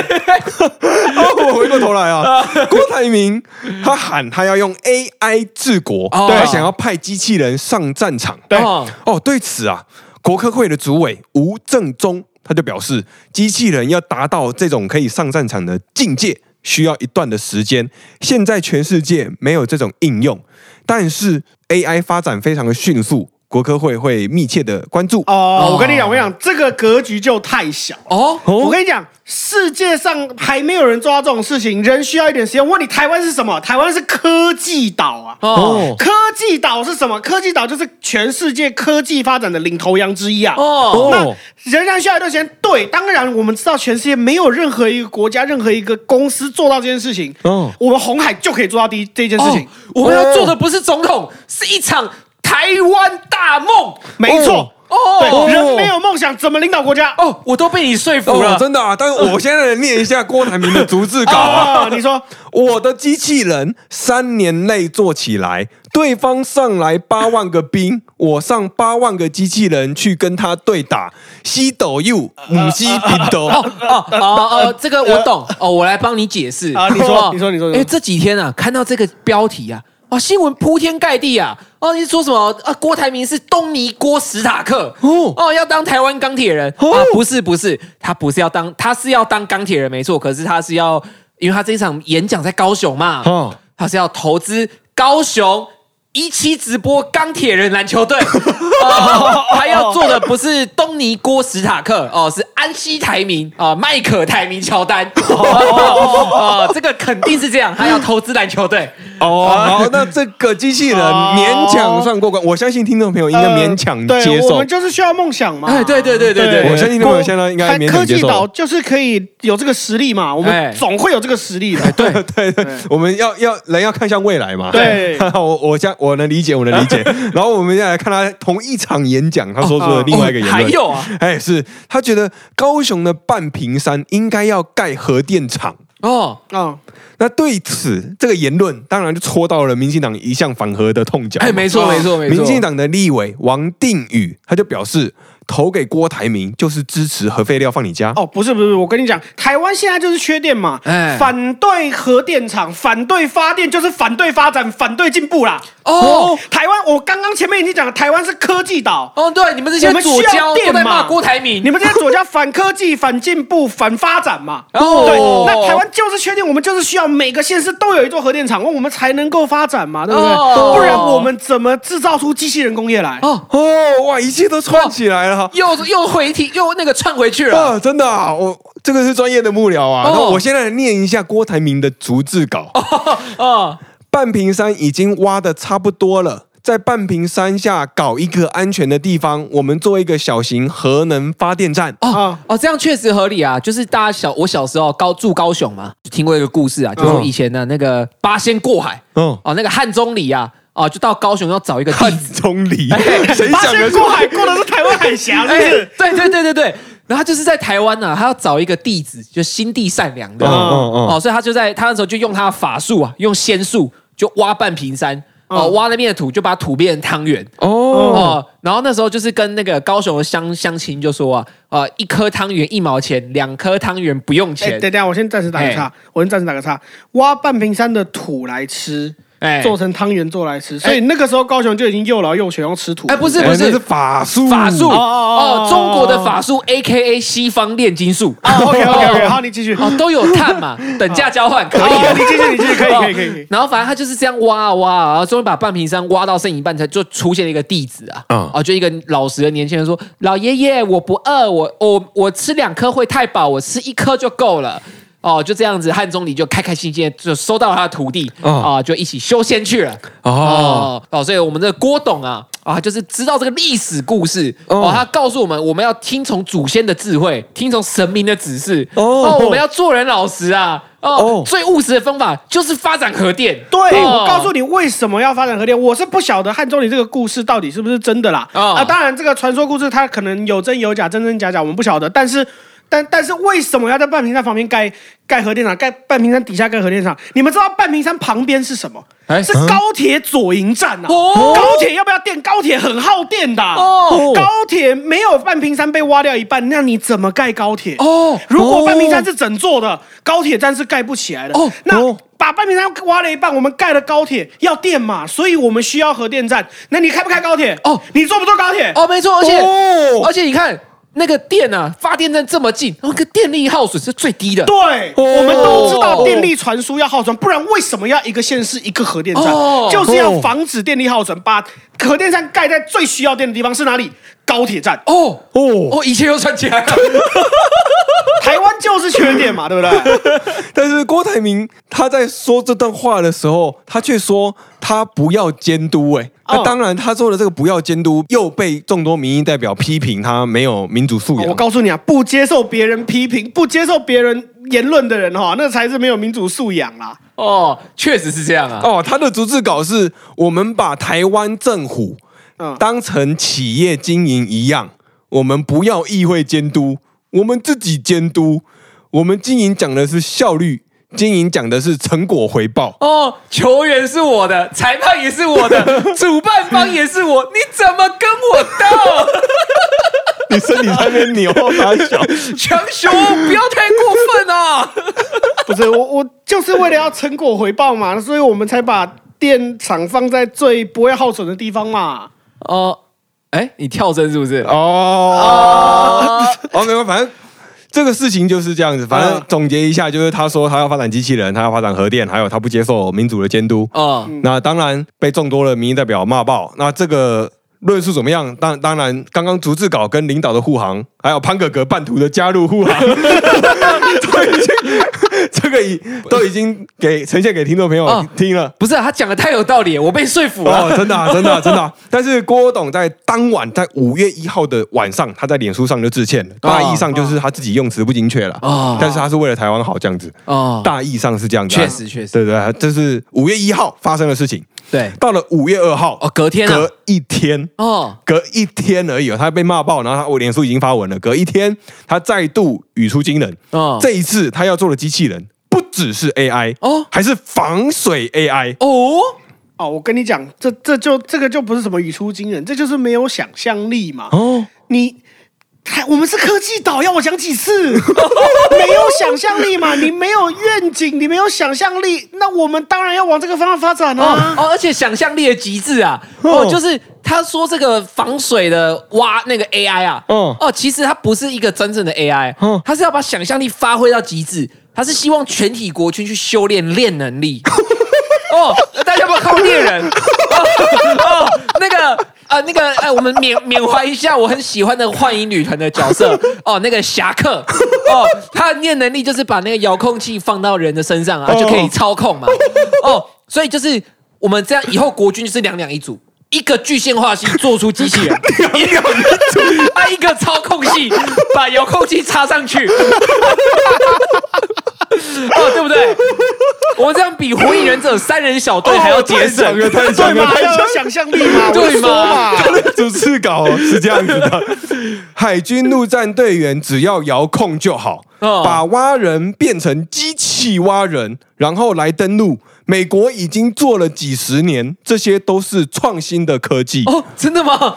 Speaker 1: 哦，我回过头来 啊，郭台铭他喊他要用 AI 治国，
Speaker 2: 哦
Speaker 1: 他想要派机器人上战场。
Speaker 3: 对
Speaker 2: 哦
Speaker 1: 哦，对此啊，国科会的主委吴正中他就表示，机器人要达到这种可以上战场的境界，需要一段的时间。现在全世界没有这种应用，但是 AI 发展非常的迅速，国科会会密切的关注。
Speaker 3: 哦，我跟你讲，我跟你讲，这个格局就太小。
Speaker 2: 哦，
Speaker 3: 我跟你讲，世界上还没有人做到这种事情，人需要一点时间。问你台湾是什么？台湾是科技岛啊！
Speaker 2: 哦
Speaker 3: 科技岛是什么？科技岛就是全世界科技发展的领头羊之一啊！
Speaker 2: 哦
Speaker 1: 哦
Speaker 3: 仍然需要一段时间。对，当然我们知道，全世界没有任何一个国家、任何一个公司做到这件事情。
Speaker 1: 哦
Speaker 3: 我们红海就可以做到第一这件事情
Speaker 2: 哦，我们要做的不是总统，是一场台湾大梦，
Speaker 3: 没错。对，
Speaker 2: 哦
Speaker 3: 人没有梦想怎么领导国家？
Speaker 2: 哦，我都被你说服
Speaker 1: 哦
Speaker 2: 了，，
Speaker 1: 真的啊！但是我现在来念一下郭台铭的逐字稿啊
Speaker 3: 啊，。你说
Speaker 1: 我的机器人三年内做起来，对方上来八万个兵，我上八万个机器人去跟他对打，西斗又母西比 斗。
Speaker 2: 哦哦哦，这个我懂哦，我来帮你解释
Speaker 3: 啊你说你说你说你
Speaker 2: 因
Speaker 3: 说
Speaker 2: 为这几天啊，看到这个标题啊，啊，新闻铺天盖地啊，哦，你说什么啊？郭台铭是东尼郭史塔克
Speaker 1: 哦
Speaker 2: 哦，要当台湾钢铁人
Speaker 3: 哦
Speaker 2: 啊？不是不是，他不是要当，他是要当钢铁人没错，可是他是要，因为他这一场演讲在高雄嘛，
Speaker 1: 哦
Speaker 2: 他是要投资高雄。一期直播钢 呃铁人篮球队，哦他要做的不是东尼郭史塔克哦，是安西台明啊，迈可台明乔丹，哦，这个肯定是这样，他要投资篮球队。
Speaker 1: 哦，好，那这个机器人
Speaker 3: 哦
Speaker 1: 勉强算过关，我相信听众朋友 应该勉强接
Speaker 3: 呃对，我
Speaker 1: 受
Speaker 3: 们。就是需要梦想嘛。
Speaker 2: 哎，对对对对对，
Speaker 1: 我相信听众朋友现在应该勉
Speaker 3: 科
Speaker 1: 强接
Speaker 3: 技岛
Speaker 1: 受。
Speaker 3: 就是可以有这个实力嘛，我
Speaker 2: 哎
Speaker 3: 们总会有这个实力的。
Speaker 1: 对对对，我们要要人要看向未来嘛。
Speaker 3: 对
Speaker 1: 我我相我能理解，我能理 解。然后我们现在来看他同一场演讲，他说出了另外一个言论。
Speaker 2: 哦还有啊，
Speaker 1: 哎，是他觉得高雄的半屏山应该要盖核电厂。
Speaker 2: 哦，
Speaker 3: 嗯，
Speaker 1: 那对此这个言论，当然就戳到了民进党一向反核的痛脚嘛。
Speaker 2: 哎，没错没错没错，
Speaker 1: 民进党的立委王定宇他就表示，投给郭台铭就是支持核废料放你家。
Speaker 3: 哦，不是不是，我跟你讲，台湾现在就是缺电嘛，
Speaker 2: 哎
Speaker 3: 反对核电厂，反对发电，就是反对发展，反对进步啦。
Speaker 2: 哦
Speaker 3: 台湾，我刚刚前面已经讲了，台湾是科技岛。
Speaker 2: 哦，对，你们这
Speaker 3: 我
Speaker 2: 些
Speaker 3: 们需
Speaker 2: 左
Speaker 3: 要
Speaker 2: 交都
Speaker 3: 电
Speaker 2: 在骂
Speaker 3: 嘛？
Speaker 2: 郭台铭，
Speaker 3: 你们这些左交反科技、反进步、反发展嘛？
Speaker 2: 哦
Speaker 3: 对，那台湾就是缺电，我们就是需要每个县市都有一座核电厂，我们才能够发展嘛，对不对？
Speaker 2: 哦
Speaker 3: 不然我们怎么制造出机器人工业来？
Speaker 2: 哦，
Speaker 1: 哦，哇，一切都串起来了。
Speaker 2: 又又回题又那个串回去了。
Speaker 1: 啊，真的啊，我这个是专业的幕僚啊。
Speaker 2: 哦
Speaker 1: 那、我现在来念一下郭台铭的逐字稿。
Speaker 2: 哦，
Speaker 1: 半屏山已经挖的差不多了，在半屏山下搞一个安全的地方，我们做一个小型核能发电站。
Speaker 2: 哦
Speaker 3: 啊
Speaker 2: 哦，这样确实合理啊！就是大家小我小时候高住高雄嘛，就听过一个故事啊，就说
Speaker 1: 嗯
Speaker 2: 以前的那个八仙过海
Speaker 1: 嗯，
Speaker 2: 哦，那个汉钟离啊，哦，就到高雄要找一个弟
Speaker 1: 汉
Speaker 2: 子，
Speaker 1: 钟离，
Speaker 2: 哎
Speaker 1: 谁
Speaker 3: 八
Speaker 1: 想
Speaker 3: 仙
Speaker 1: 的
Speaker 3: 过海过的是台湾海峡，是不是？
Speaker 2: 对对对对对，然后他就是在台湾呢、啊，他要找一个弟子，就心地善良的、
Speaker 1: 嗯嗯嗯
Speaker 2: 哦，所以他就在他那时候就用他的法术啊，用仙术就挖半屏山。哦，挖那边的土就把土变成汤圆
Speaker 1: 哦，
Speaker 2: 哦，然后那时候就是跟那个高雄的乡乡亲就说啊，呃，一颗汤圆一毛钱，两颗汤圆不用
Speaker 3: 哎，
Speaker 2: 钱哎
Speaker 3: 等，一下，我先暂时打个岔，我先暂时打个岔。挖半屏山的土来吃，
Speaker 2: 哎
Speaker 3: 做成汤圆做来吃，所以那个时候高雄就已经又老又穷，要吃土。
Speaker 2: 哎，不是
Speaker 1: 哎
Speaker 2: 不
Speaker 1: 那
Speaker 2: 是
Speaker 1: 是法术，
Speaker 2: 法术
Speaker 3: 哦哦
Speaker 2: 哦
Speaker 3: 哦，
Speaker 2: 中国的法术 A K A 西方炼金术
Speaker 3: 哦，OK OK OK，好，你继续。
Speaker 2: 哦，都有碳嘛，等价交换可以
Speaker 3: 好
Speaker 2: 啊
Speaker 3: 你。继续，你继续，可以可以可以可以。
Speaker 2: 哦然后反正他就是这样挖啊挖啊，然后终于把半屏山挖到剩一半，才就出现了一个弟子啊，
Speaker 1: 嗯
Speaker 2: 啊，就一个老实的年轻人说：“老爷爷，我不饿，我我我吃两颗会太饱，我吃一颗就够了。”哦，就这样子，汉钟离就开开心心地就收到了他的徒弟啊、
Speaker 1: 嗯
Speaker 2: 就一起修仙去了。
Speaker 1: 哦
Speaker 2: 哦哦，所以我们的郭董啊啊，就是知道这个历史故事哦
Speaker 3: 嗯
Speaker 1: 哦
Speaker 2: 他告诉我们，我们要听从祖先的智慧，听从神明的指示哦
Speaker 1: 哦
Speaker 2: 我们要做人老实啊哦
Speaker 1: 哦
Speaker 2: 最务实的方法就是发展核电。
Speaker 3: 对，
Speaker 2: 哦
Speaker 3: 我告诉你为什么要发展核电，我是不晓得汉中你这个故事到底是不是真的啦。
Speaker 2: 哦
Speaker 3: 啊，当然这个传说故事它可能有真有假，真真假假我们不晓得，但是。但但是为什么要在半屏山旁边盖盖核电厂？盖半屏山底下盖核电厂？你们知道半屏山旁边是什么？
Speaker 2: 哎
Speaker 3: 是高铁左营站啊！
Speaker 2: 哦
Speaker 3: 高铁要不要电？高铁很耗电的啊、
Speaker 2: 哦
Speaker 3: 高铁没有半屏山被挖掉一半，那你怎么盖高铁？
Speaker 2: 哦
Speaker 3: 如果半屏山是整座的，高铁站是盖不起来的。
Speaker 2: 哦
Speaker 3: 那
Speaker 1: 哦
Speaker 3: 把半屏山挖了一半，我们盖了高铁要电嘛，所以我们需要核电站。那你开不开高铁？
Speaker 2: 哦
Speaker 3: 你坐不坐高铁？
Speaker 2: 哦，没错，而且、
Speaker 1: 哦
Speaker 2: 而且你看那个电啊，发电站这么近，那个电力耗损是最低的。
Speaker 3: 对，
Speaker 1: 哦
Speaker 3: 我们都知道电力传输要耗损，不然为什么要一个县市一个核电站？
Speaker 2: 哦
Speaker 3: 就是要防止电力耗损，把核电站盖在最需要电的地方是哪里？高铁站。
Speaker 2: 哦
Speaker 1: 哦，
Speaker 2: 哦，一切又串起 来了。
Speaker 3: 台湾就是缺电嘛，对 不对？哦
Speaker 1: 但是郭台铭他在说这段话的时候，他却说他不要监督、哎、那
Speaker 3: 哦
Speaker 1: 当然他做的这个不要监督，又被众多民意代表批评他没有民主素养。
Speaker 3: 我告诉你啊，不接受别人批评、不接受别人言论的人哈、那才是没有民主素养啦。
Speaker 2: 哦，确实是这样啊。
Speaker 1: 哦，他的逐字稿是我们把台湾政府
Speaker 3: 嗯
Speaker 1: 当成企业经营一样，我们不要议会监督，我们自己监督。我们经营讲的是效率，经营讲的是成果回报。
Speaker 2: 哦，球员是我的，裁判也是我 的，主办方也是我，你怎么跟我斗？
Speaker 1: 你身体在那边扭，大小。
Speaker 2: 强雄，不要太过分啊！
Speaker 3: 不是我，我就是为了要成果回报嘛，所以我们才把电厂放在最不会耗损的地方嘛。
Speaker 2: 哦，哎，你跳针是不是？
Speaker 1: 哦，哦，没有，反正这个事情就是这样子。反正
Speaker 3: 嗯
Speaker 1: 总结一下，就是他说他要发展机器人，他要发展核电，还有他不接受民主的监督。
Speaker 2: 哦，
Speaker 1: 那当然被众多的民意代表骂爆。那这个论述怎么样？当当然，刚刚逐字稿跟领导的护航，还有潘哥哥半途的加入护航， 都已经这个已都已经给呈现给听众朋友
Speaker 2: 哦
Speaker 1: 听了。
Speaker 2: 不是、啊、他讲的太有道理，我被说服了。
Speaker 1: 哦，真的、啊，真的、啊， 真的、啊。但是郭董在当晚，在五月一号的晚上，他在脸书上就致歉了，大意上就是他自己用词不精确了。
Speaker 2: 哦
Speaker 1: 但是他是为了台湾好这样子，
Speaker 2: 哦，
Speaker 1: 大意上是这样子啊。
Speaker 2: 确实确实
Speaker 1: 对对对，这是五月一号发生的事情。
Speaker 2: 对，
Speaker 1: 到了五月二号，
Speaker 2: 哦，隔天啊
Speaker 1: 隔，一天，
Speaker 2: 哦，
Speaker 1: 隔一天而已哦，他被骂爆，然后他我脸书已经发文了，隔一天他再度语出惊人，
Speaker 2: 哦，
Speaker 1: 这一次他要做的机器人不只是 AI
Speaker 2: 哦
Speaker 1: 还是防水 AI。
Speaker 2: 哦，
Speaker 3: 哦，我跟你讲，这这就这个就不是什么语出惊人，这就是没有想象力嘛。
Speaker 1: 哦，
Speaker 3: 你还我们是科技岛，要我讲几次？ 没有想象力嘛，你没有愿景，你没有想象力，那我们当然要往这个方向发展
Speaker 2: 哦
Speaker 3: 啊。
Speaker 2: 哦，而且想象力的极致啊！哦，就是他说这个防水的挖那个 AI 啊，
Speaker 1: 嗯
Speaker 2: 哦哦，其实它不是一个真正的 AI，
Speaker 1: 嗯
Speaker 2: 它是要把想象力发挥到极致，它是希望全体国军去修炼练能力。哦，大家不要靠猎人哦哦，那个呃，那个呃，我们缅缅怀一下我很喜欢的幻影女团的角色哦，那个侠客哦，他的念能力就是把那个遥控器放到人的身上啊，
Speaker 1: 哦
Speaker 2: 就可以操控嘛。哦，所以就是我们这样以后国军就是两两一组。一个具现化系做出机器人，一个 啊一个操控系把遥控器插上去，哦对不对？我们这样比火影忍者三人小队还要节省，
Speaker 1: 哦太
Speaker 3: 对
Speaker 1: 强了，
Speaker 3: 嘛，
Speaker 1: 太强
Speaker 3: 要有
Speaker 1: 了！
Speaker 3: 想象力嘛，我 就
Speaker 2: 对嘛
Speaker 3: 说嘛，
Speaker 1: 他的 主持稿哦是这样子 的：海军陆战队员只要遥控就好，
Speaker 2: 哦
Speaker 1: 把蛙人变成机器蛙人，然后来登陆。美国已经做了几十年，这些都是创新的科技。
Speaker 2: 哦，真的吗？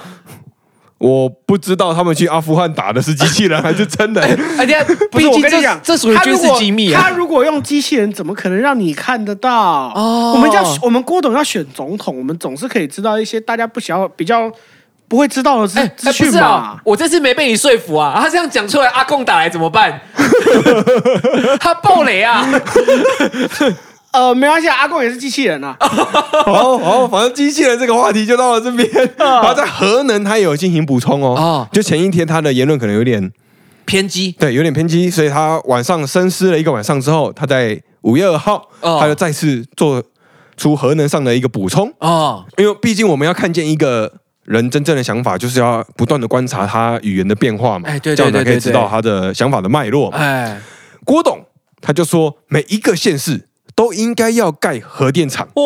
Speaker 1: 我不知道他们去阿富汗打的是机器人还是 真人。
Speaker 2: 哎，等一下，
Speaker 3: 不
Speaker 2: 毕
Speaker 3: 是
Speaker 2: 竟
Speaker 3: 我跟你
Speaker 2: 这
Speaker 3: 讲，
Speaker 2: 这属于
Speaker 3: 他
Speaker 2: 军
Speaker 3: 如
Speaker 2: 事
Speaker 3: 果
Speaker 2: 机密啊
Speaker 3: 他。如果用机器人，怎么可能让你看得到？
Speaker 2: 哦
Speaker 3: 我们要我们郭董要选总统，我们总是可以知道一些大家不想比较不会知道的资
Speaker 2: 哎，
Speaker 3: 资
Speaker 2: 哎不
Speaker 3: 讯
Speaker 2: 是啊
Speaker 3: 嘛，。
Speaker 2: 我这次没被你说服啊！他这样讲出来，阿贡打来怎么 办？他爆雷啊！
Speaker 3: 呃，没关系啊，阿贡也是机器人啊。
Speaker 2: 哦
Speaker 1: 好好，哦反正机器人这个话题就到了这边。然后在核能，他也有进行补充哦
Speaker 2: 哦。
Speaker 1: 就前一天他的言论可能有点
Speaker 2: 偏激
Speaker 1: 对，有点偏激，所以他晚上深思了一个晚上之后，他在五月二号，
Speaker 2: 哦
Speaker 1: 他就再次做出核能上的一个补充，
Speaker 2: 哦
Speaker 1: 因为毕竟我们要看见一个人真正的想法，就是要不断的观察他语言的变化嘛，
Speaker 2: 哎对对
Speaker 1: 这样才
Speaker 2: 对
Speaker 1: 可以
Speaker 2: 对
Speaker 1: 知
Speaker 2: 对
Speaker 1: 道他的想法的脉络嘛。
Speaker 2: 哎
Speaker 1: 郭董他就说，每一个县市都应该要盖核电厂。
Speaker 2: 哦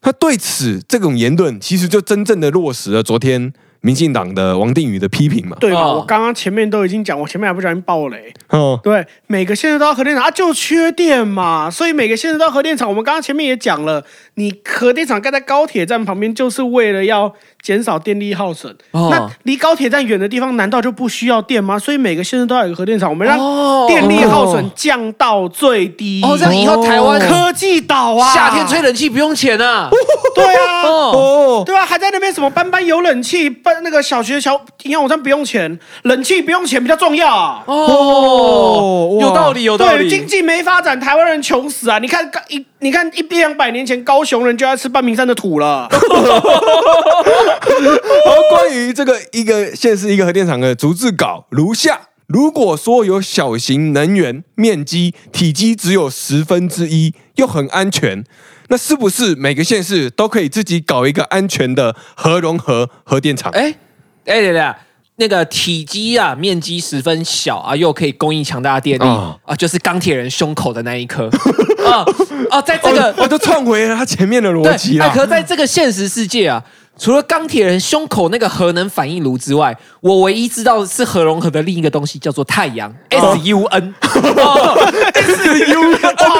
Speaker 1: 他对此这种言论，其实就真正的落实了昨天民进党的王定宇的批评嘛。
Speaker 3: 对吧？
Speaker 2: 哦
Speaker 3: 我刚刚前面都已经讲，我前面还不小心爆雷。
Speaker 1: 哦，
Speaker 3: 对，每个县市都要核电厂啊，就缺电嘛，所以每个县市都要核电厂。我们刚刚前面也讲了，你核电厂盖在高铁站旁边，就是为了要减少电力耗损。
Speaker 2: 哦
Speaker 3: 那离高铁站远的地方，难道就不需要电吗？所以每个县市都要有一个核电厂，我们让
Speaker 2: 哦
Speaker 3: 电力耗损降到最低。
Speaker 2: 哦，这样以后台湾
Speaker 3: 科技岛啊，
Speaker 2: 夏天吹冷气不用钱啊！
Speaker 3: 对啊。
Speaker 2: 哦
Speaker 1: 哦，
Speaker 3: 对啊，还在那边什么班班有冷气，班那个小学小营养午餐不用钱，冷气不用钱比较重要啊。
Speaker 1: 哦
Speaker 2: 哦，
Speaker 1: 哇
Speaker 2: 有道理有道
Speaker 3: 对，经
Speaker 2: 理。
Speaker 3: 济没发展，台湾人穷死啊！你看刚一，你看一两百年前，高雄人就爱吃半明山的土 了。
Speaker 1: 而关于这个一个县市一个核电厂的逐字稿如下：如果说有小型能源面积体积只有十分之一，又很安全，那是不是每个县市都可以自己搞一个安全的核融合核电厂？
Speaker 2: 哎哎，等一下，那个体积啊，面积十分小啊，又可以供应强大的电力
Speaker 1: 哦
Speaker 2: 啊，就是钢铁人胸口的那一颗 啊啊，在这个
Speaker 1: 哦我都串回了他前面的逻辑
Speaker 2: 对，哎
Speaker 1: 啦。
Speaker 2: 可在这个现实世界啊，除了钢铁人胸口那个核能反应炉之外，我唯一知道是核融合的另一个东西叫做太阳 S U N。哦
Speaker 3: 哇，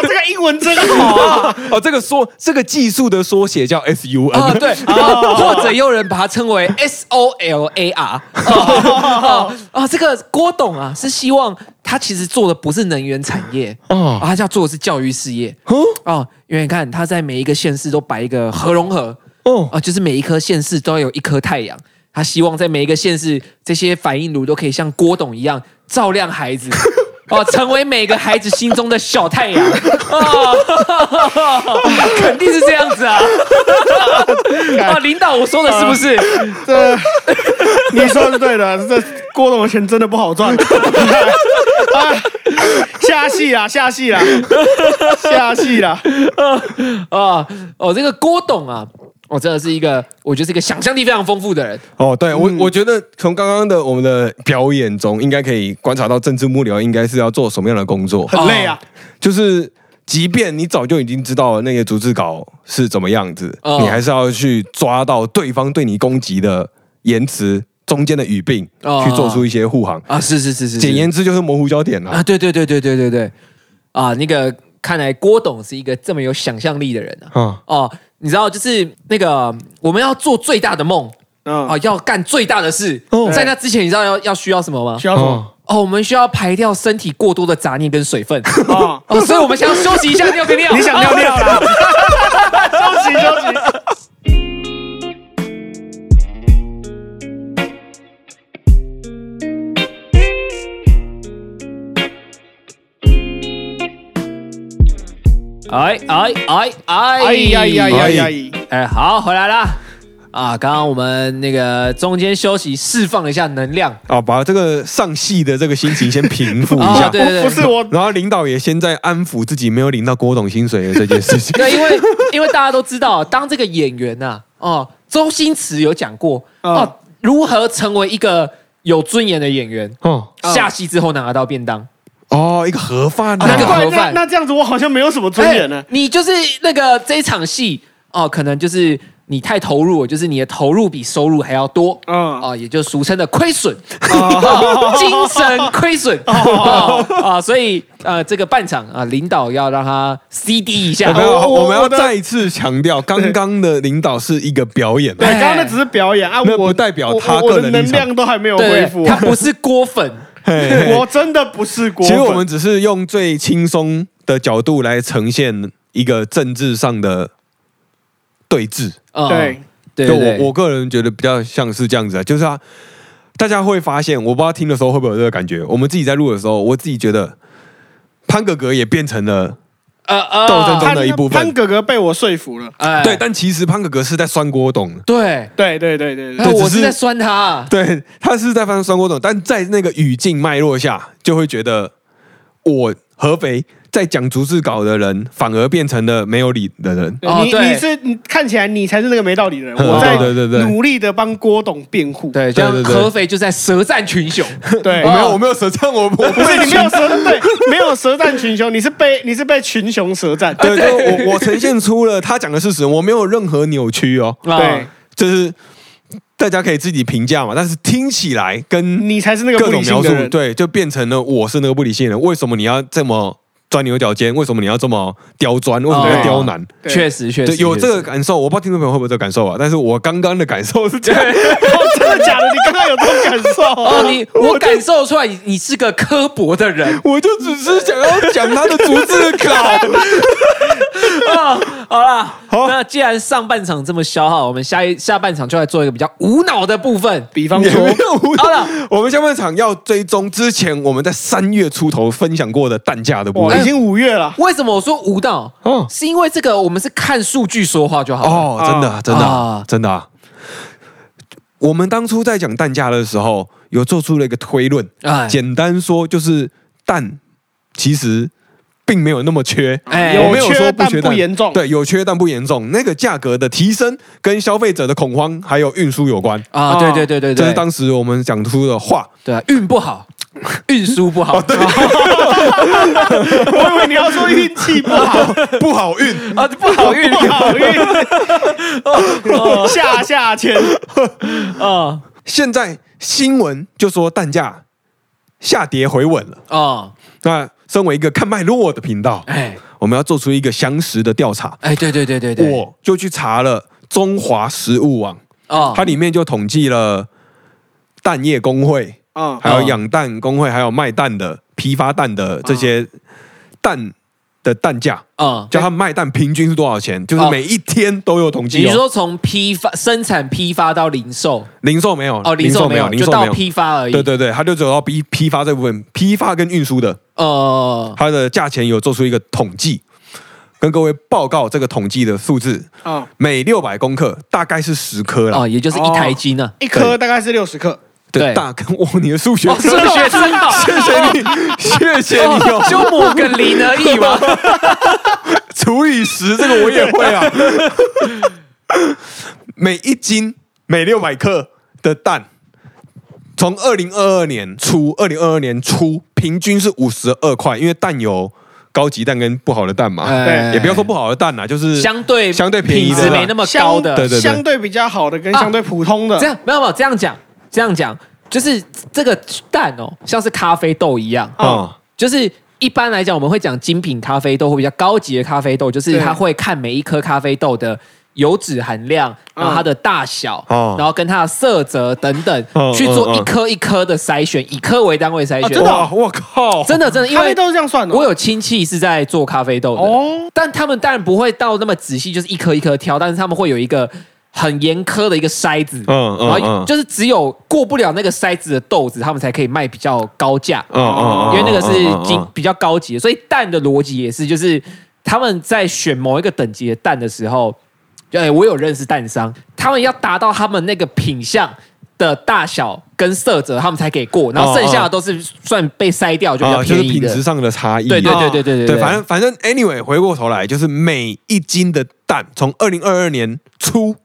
Speaker 3: 这个英文真好啊！
Speaker 1: 哦，这个缩这个技术的缩写叫 SUN，、
Speaker 2: 啊，对，或者也有人把它称为 S O L A R 哦哦。啊，这个郭董啊，是希望他其实做的不是能源产业
Speaker 1: 哦
Speaker 2: 啊，他要做的是教育事业
Speaker 1: 哦
Speaker 2: 哦。因为你看他在每一个县市都摆一个核融合
Speaker 1: 哦
Speaker 2: 啊，就是每一颗县市都要有一颗太阳。他希望在每一个县市，这些反应炉都可以像郭董一样照亮孩 子。哦，成为每个孩子心中的小太阳 哦，肯定是这样子啊。
Speaker 1: 看
Speaker 2: 哦，。领导，我说的是不是？
Speaker 3: 这 你说的对的，这郭董的钱真的不好赚。 哎下戏啦，下戏啦，下戏啦！
Speaker 2: 啊，哦，这个郭董啊，我真的是一个，我觉得是一个想象力非常丰富的人。
Speaker 1: 哦，对我，我觉得从刚刚的我们的表演中，应该可以观察到政治幕僚应该是要做什么样的工作。
Speaker 3: 很累啊，
Speaker 1: 就是即便你早就已经知道了那个逐字稿是怎么样子，
Speaker 3: 嗯
Speaker 2: 哦
Speaker 1: 你还是要去抓到对方对你攻击的言辞中间的语病，
Speaker 3: 嗯
Speaker 2: 哦
Speaker 1: 去做出一些护航。
Speaker 2: 啊，是是是是，是
Speaker 1: 简言之，就是模糊焦点了、
Speaker 2: 啊，对对对对对对对，啊，那个看来郭董是一个这么有想象力的人啊。
Speaker 1: 啊。
Speaker 2: 哦，你知道，就是那个我们要做最大的梦啊、
Speaker 3: 嗯，
Speaker 2: 要干最大的事。
Speaker 1: 哦
Speaker 2: 在那之前，你知道要要需要什么吗
Speaker 3: 需？要什么？
Speaker 2: 哦，我们需要排掉身体过多的杂念跟水 分。
Speaker 3: 啊，
Speaker 2: 哦，所以我们想要休息一下，尿个尿。
Speaker 3: 你想尿尿 啦？休息休息。
Speaker 2: 哎哎哎哎
Speaker 3: 哎呀呀呀呀！呀！
Speaker 2: 哎，好，回来啦！啊，刚刚我们那个中间休息，释放了一下能 量。
Speaker 1: 啊，把这个上戏的这个心情先平复一 下，
Speaker 2: 哦对对对
Speaker 3: 不是我，
Speaker 1: 然后领导也先在安抚自己没有领到郭董薪水的这件事 情。
Speaker 2: 对，因为因为大家都知道，啊当这个演员呐、哦，周星驰有讲过哦
Speaker 3: 哦，
Speaker 2: 如何成为一个有尊严的演员。
Speaker 1: 哦
Speaker 3: 嗯
Speaker 2: 下戏之后拿到便当，
Speaker 1: 哦，一个盒饭、啊，
Speaker 2: 那
Speaker 3: 难
Speaker 2: 个
Speaker 3: 怪
Speaker 2: 盒
Speaker 3: 那
Speaker 2: 饭
Speaker 3: 那这样子，我好像没有什么尊严呢
Speaker 2: 哎。你就是那个这一场戏哦，可能就是你太投入了，就是你的投入比收入还要多。
Speaker 3: 嗯
Speaker 2: 哦，也就俗称的亏损，哦 精神亏损哦啊，所以呃，这个半场啊，领导要让他 CD 一下
Speaker 1: 我 们，要
Speaker 3: 我我
Speaker 1: 我们要
Speaker 3: 我的
Speaker 1: 再一次强调，刚刚的领导是一个表演，
Speaker 3: 对，
Speaker 2: 哎
Speaker 3: 刚刚那只是表演啊，
Speaker 1: 那不
Speaker 3: 我
Speaker 1: 代表
Speaker 3: 我
Speaker 1: 他
Speaker 3: 我我
Speaker 1: 个
Speaker 3: 的
Speaker 1: 人
Speaker 3: 能
Speaker 1: 立场
Speaker 3: 量都还没有恢
Speaker 2: 对
Speaker 3: 复，，啊
Speaker 2: 他不是锅 粉，
Speaker 1: 嘿嘿
Speaker 3: 我真的不是国
Speaker 1: 其
Speaker 3: 粉。
Speaker 1: 实我们只是用最轻松的角度来呈现一个政治上的对峙。
Speaker 2: 哦
Speaker 3: 对
Speaker 2: 对
Speaker 1: 就
Speaker 2: 对，
Speaker 1: 我我个人觉得比较像是这样子啊，就是啊，大家会发现，我不知道听的时候会不会有这个感觉。我们自己在录的时候，我自己觉得潘格格也变成了
Speaker 2: 呃呃
Speaker 1: 斗争中
Speaker 3: 潘
Speaker 1: 的一部分
Speaker 3: 潘哥哥被我说服了。
Speaker 2: 哎
Speaker 1: 对，但其实潘格格是在酸郭董。
Speaker 2: 对，
Speaker 3: 对对对对
Speaker 2: 然
Speaker 3: 对
Speaker 2: 后
Speaker 1: 对
Speaker 2: 我
Speaker 1: 只
Speaker 2: 是
Speaker 1: 是
Speaker 2: 在酸他，啊
Speaker 1: 对他是在翻酸锅董，但在那个语境脉络下，就会觉得我合肥在讲逐字稿的人，反而变成了没有理的人。
Speaker 2: 哦
Speaker 3: 你
Speaker 2: 对
Speaker 3: 你是你看起来你才是那个没道理的人，
Speaker 1: 嗯
Speaker 3: 我在
Speaker 1: 对对对对
Speaker 3: 努力的帮郭董辩护。
Speaker 2: 对，哦这样
Speaker 1: 对对对
Speaker 2: 合肥就在舌战群雄，
Speaker 3: 对
Speaker 1: 哎我没有，我没有舌战，我我不
Speaker 3: 不是你没
Speaker 1: 群
Speaker 3: 有舌对，没有舌战群雄，你是被你是被群雄舌战。
Speaker 1: 对，就我我呈现出了他讲的事实，我没有任何扭曲哦，
Speaker 2: 啊
Speaker 3: 对，
Speaker 1: 就是大家可以自己评价嘛，但是听起来跟
Speaker 3: 你才是那个
Speaker 1: 各
Speaker 3: 不
Speaker 1: 种
Speaker 3: 理性
Speaker 1: 描
Speaker 3: 的
Speaker 1: 述，
Speaker 3: 人。
Speaker 1: 对，就变成了我是那个不理性的人，为什么你要这么钻牛角尖？为什么你要这么刁钻？为什么要刁难？
Speaker 3: 对
Speaker 2: 确实确
Speaker 1: 哦对，
Speaker 2: 实
Speaker 1: 有这个
Speaker 2: 确实
Speaker 1: 感受，我不知道听众朋友会不会有这个感受啊。但是我刚刚的感受是这样，
Speaker 3: 哦真的假的？你刚刚有这种感
Speaker 2: 哦，
Speaker 3: 受？
Speaker 2: 你我感受出来你，你是个刻薄的人
Speaker 1: 我就只是想要讲他的逐字稿。
Speaker 2: 啊。 好啦，那既然上半场这么消耗，我们下一下半场就来做一个比较无脑的部分。
Speaker 3: 比方
Speaker 1: 也没
Speaker 3: 说，
Speaker 1: 有无
Speaker 2: 好了
Speaker 1: 我们下半场要追踪之前我们在三月出头分享过的蛋价的部
Speaker 3: 哇，已
Speaker 1: 分。
Speaker 3: 经五月了，
Speaker 2: 为什么我说无脑？
Speaker 1: 哦
Speaker 2: 是因为这个我们是看数据说话就好了。
Speaker 1: 哦，真的啊，真的啊
Speaker 2: 啊，
Speaker 1: 真的啊。我们当初在讲蛋价的时候，有做出了一个推论，
Speaker 2: 哎
Speaker 1: 简单说就是蛋其实并没有那么缺，
Speaker 2: 哎
Speaker 1: 我没有说
Speaker 3: 缺
Speaker 1: 不
Speaker 3: 但
Speaker 1: 缺
Speaker 3: 不严重。
Speaker 1: 对，有缺但不严重。那个价格的提升跟消费者的恐慌还有运输有关，
Speaker 2: 啊，对对对对
Speaker 1: 这
Speaker 2: 对，
Speaker 1: 是当时我们讲出的话。
Speaker 2: 对啊运不 好，运输不好，
Speaker 3: 我以为你要说运气不好，
Speaker 1: 不好运，
Speaker 2: 啊不好运
Speaker 3: 不 好运， 下下签。
Speaker 2: 啊
Speaker 1: 现在新闻就说蛋价下跌回稳了。
Speaker 2: 啊
Speaker 1: 那身为一个看脉络的频道，
Speaker 2: 哎
Speaker 1: 我们要做出一个详实的调查。
Speaker 2: 哎对对对对对，
Speaker 1: 我就去查了中华食物网，
Speaker 2: 哦
Speaker 1: 它里面就统计了蛋业工会、
Speaker 2: 啊
Speaker 3: 嗯
Speaker 1: 还有养蛋工会、还有卖蛋的、批发蛋的这些蛋的蛋价，
Speaker 2: 啊，
Speaker 1: 叫他们卖蛋平均是多少钱？就是
Speaker 2: 哦
Speaker 1: 每一天都有统
Speaker 2: 你
Speaker 1: 计哦。
Speaker 2: 是说从批发生产批发到零售
Speaker 1: 零售没有
Speaker 2: 哦，零售
Speaker 1: 售
Speaker 2: 没有
Speaker 1: 零
Speaker 2: 就
Speaker 1: 售没
Speaker 2: 到
Speaker 1: 有。
Speaker 2: 批发而已，
Speaker 1: 对对对，他就只有到批批发这部分，批发跟运输的，
Speaker 2: 呃
Speaker 1: 它的价钱有做出一个统计。跟各位报告这个统计的数字，
Speaker 3: 啊，
Speaker 1: 每六百公克大概是十颗啦。
Speaker 2: 哦，也就是一台斤啊。
Speaker 3: 一颗大概是六十克。
Speaker 1: 对，
Speaker 2: 对
Speaker 1: 大跟哇，你的数学
Speaker 2: 哦，
Speaker 1: 真
Speaker 2: 数
Speaker 1: 的，
Speaker 2: 学真好，
Speaker 1: 谢谢你，谢谢你
Speaker 2: 哦
Speaker 1: 哦。
Speaker 2: 就抹个零而已 嘛。
Speaker 1: 除以十，这个我也会啊。 每一斤每六百克的蛋，从二零二二年初，二零二二年初平均是五十二块，因为蛋有高级蛋跟不好的蛋嘛，
Speaker 2: 哎
Speaker 1: 也不要说不好的蛋啦，就是
Speaker 2: 相对
Speaker 1: 相对便宜的
Speaker 2: 品质没那么高的，
Speaker 1: 对对对
Speaker 3: 相对比较好的跟
Speaker 2: 啊
Speaker 3: 相对普通的
Speaker 2: 这，样没有没有这样讲，这样讲就是这个蛋哦，像是咖啡豆一样，
Speaker 1: 哦
Speaker 2: 就是。一般来讲，我们会讲精品咖啡豆或比较高级的咖啡豆，就是
Speaker 3: 对
Speaker 2: 它会看每一颗咖啡豆的油脂含量，然后它的大小，
Speaker 1: 嗯哦
Speaker 2: 然后跟它的色泽等等，
Speaker 1: 嗯
Speaker 2: 去
Speaker 1: 嗯
Speaker 2: 做
Speaker 1: 嗯
Speaker 2: 一颗一颗的筛选，以颗为单位筛
Speaker 3: 哦
Speaker 2: 选。
Speaker 3: 真的哦
Speaker 1: 啊哇，我靠，
Speaker 2: 真的真的，因
Speaker 3: 咖啡
Speaker 2: 为
Speaker 3: 豆是这样算的
Speaker 2: 我。有亲戚是在做咖啡豆的，
Speaker 3: 哦
Speaker 2: 但他们当然不会到那么仔细，就是一颗一颗挑，但是他们会有一个很严苛的一个筛子，
Speaker 1: 嗯嗯
Speaker 2: 然后
Speaker 1: 嗯
Speaker 2: 就是只有过不了那个筛子的豆子，他们才可以卖比较高价，
Speaker 1: 嗯，嗯嗯，
Speaker 2: 哦因为那个是
Speaker 1: 嗯
Speaker 2: 经
Speaker 1: 嗯
Speaker 2: 比较高级的，所以蛋的逻辑也是，就是他们在选某一个等级的蛋的时候，对我有认识蛋商，他们要达到他们那个品相。的大小跟色泽，他们才给过，然后剩下的都是算被筛掉，就比较
Speaker 1: 哦啊，就是
Speaker 2: 便宜
Speaker 1: 品
Speaker 2: 的。
Speaker 1: 质上的差异，
Speaker 2: 对对
Speaker 1: 哦
Speaker 2: 对对对
Speaker 1: 对，反正反正，anyway，回过头来，就是每一斤的蛋，从二零二二年初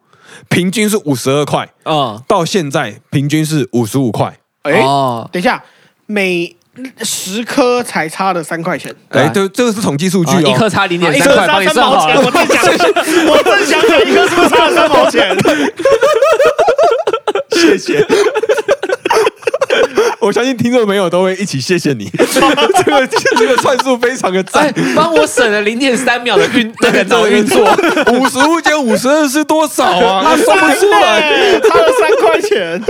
Speaker 1: 平均是五十二块，
Speaker 2: 嗯
Speaker 1: 到现在平均是五十五块。
Speaker 3: 哎，
Speaker 2: 哦
Speaker 3: 等一下，每十颗才差了三块钱。
Speaker 2: 对啊
Speaker 1: 哎，对，这个是统计数据
Speaker 2: 啊
Speaker 1: 哦。
Speaker 2: 一颗差零点
Speaker 3: 一
Speaker 2: 三
Speaker 3: 颗
Speaker 2: 块，
Speaker 3: 差
Speaker 2: 帮你
Speaker 3: 三
Speaker 2: 算
Speaker 3: 毛
Speaker 2: 好
Speaker 3: 钱，
Speaker 2: 了。
Speaker 3: 我正想，我正想想一颗是不是差了三毛钱？
Speaker 1: 谢谢。 我相信听众朋友都会一起谢谢你， 这个这个算数非常的
Speaker 2: 哎
Speaker 1: 赞。，
Speaker 2: 帮我省了零点三秒的运那 个脑运 作。，
Speaker 1: 五十五减五十二是多少 啊？他算不出来。
Speaker 3: 差了三块钱。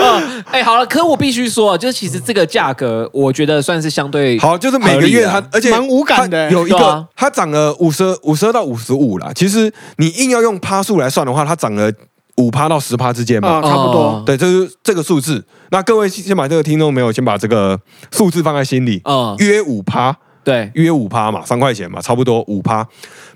Speaker 2: 嗯哎，好了，可我必须说，就是其实这个价格，我觉得算是相对
Speaker 1: 好，就是每个月
Speaker 2: 合
Speaker 1: 它
Speaker 2: 理的，
Speaker 1: 而且
Speaker 3: 啊蛮无感的
Speaker 1: 它有一
Speaker 2: 对
Speaker 1: 个
Speaker 2: 啊
Speaker 1: 它涨了五十五十二到五十五啦。其实你硬要用趴数来算的话，它涨了五趴到十趴之间嘛
Speaker 3: 啊。差不多
Speaker 1: 对，这是这个数字。那各位先把这个听众没有先把这个数字放在心里，
Speaker 2: 嗯，
Speaker 3: 啊
Speaker 1: 约五趴，
Speaker 2: 对，
Speaker 1: 约五趴嘛，三块钱嘛，差不多五趴。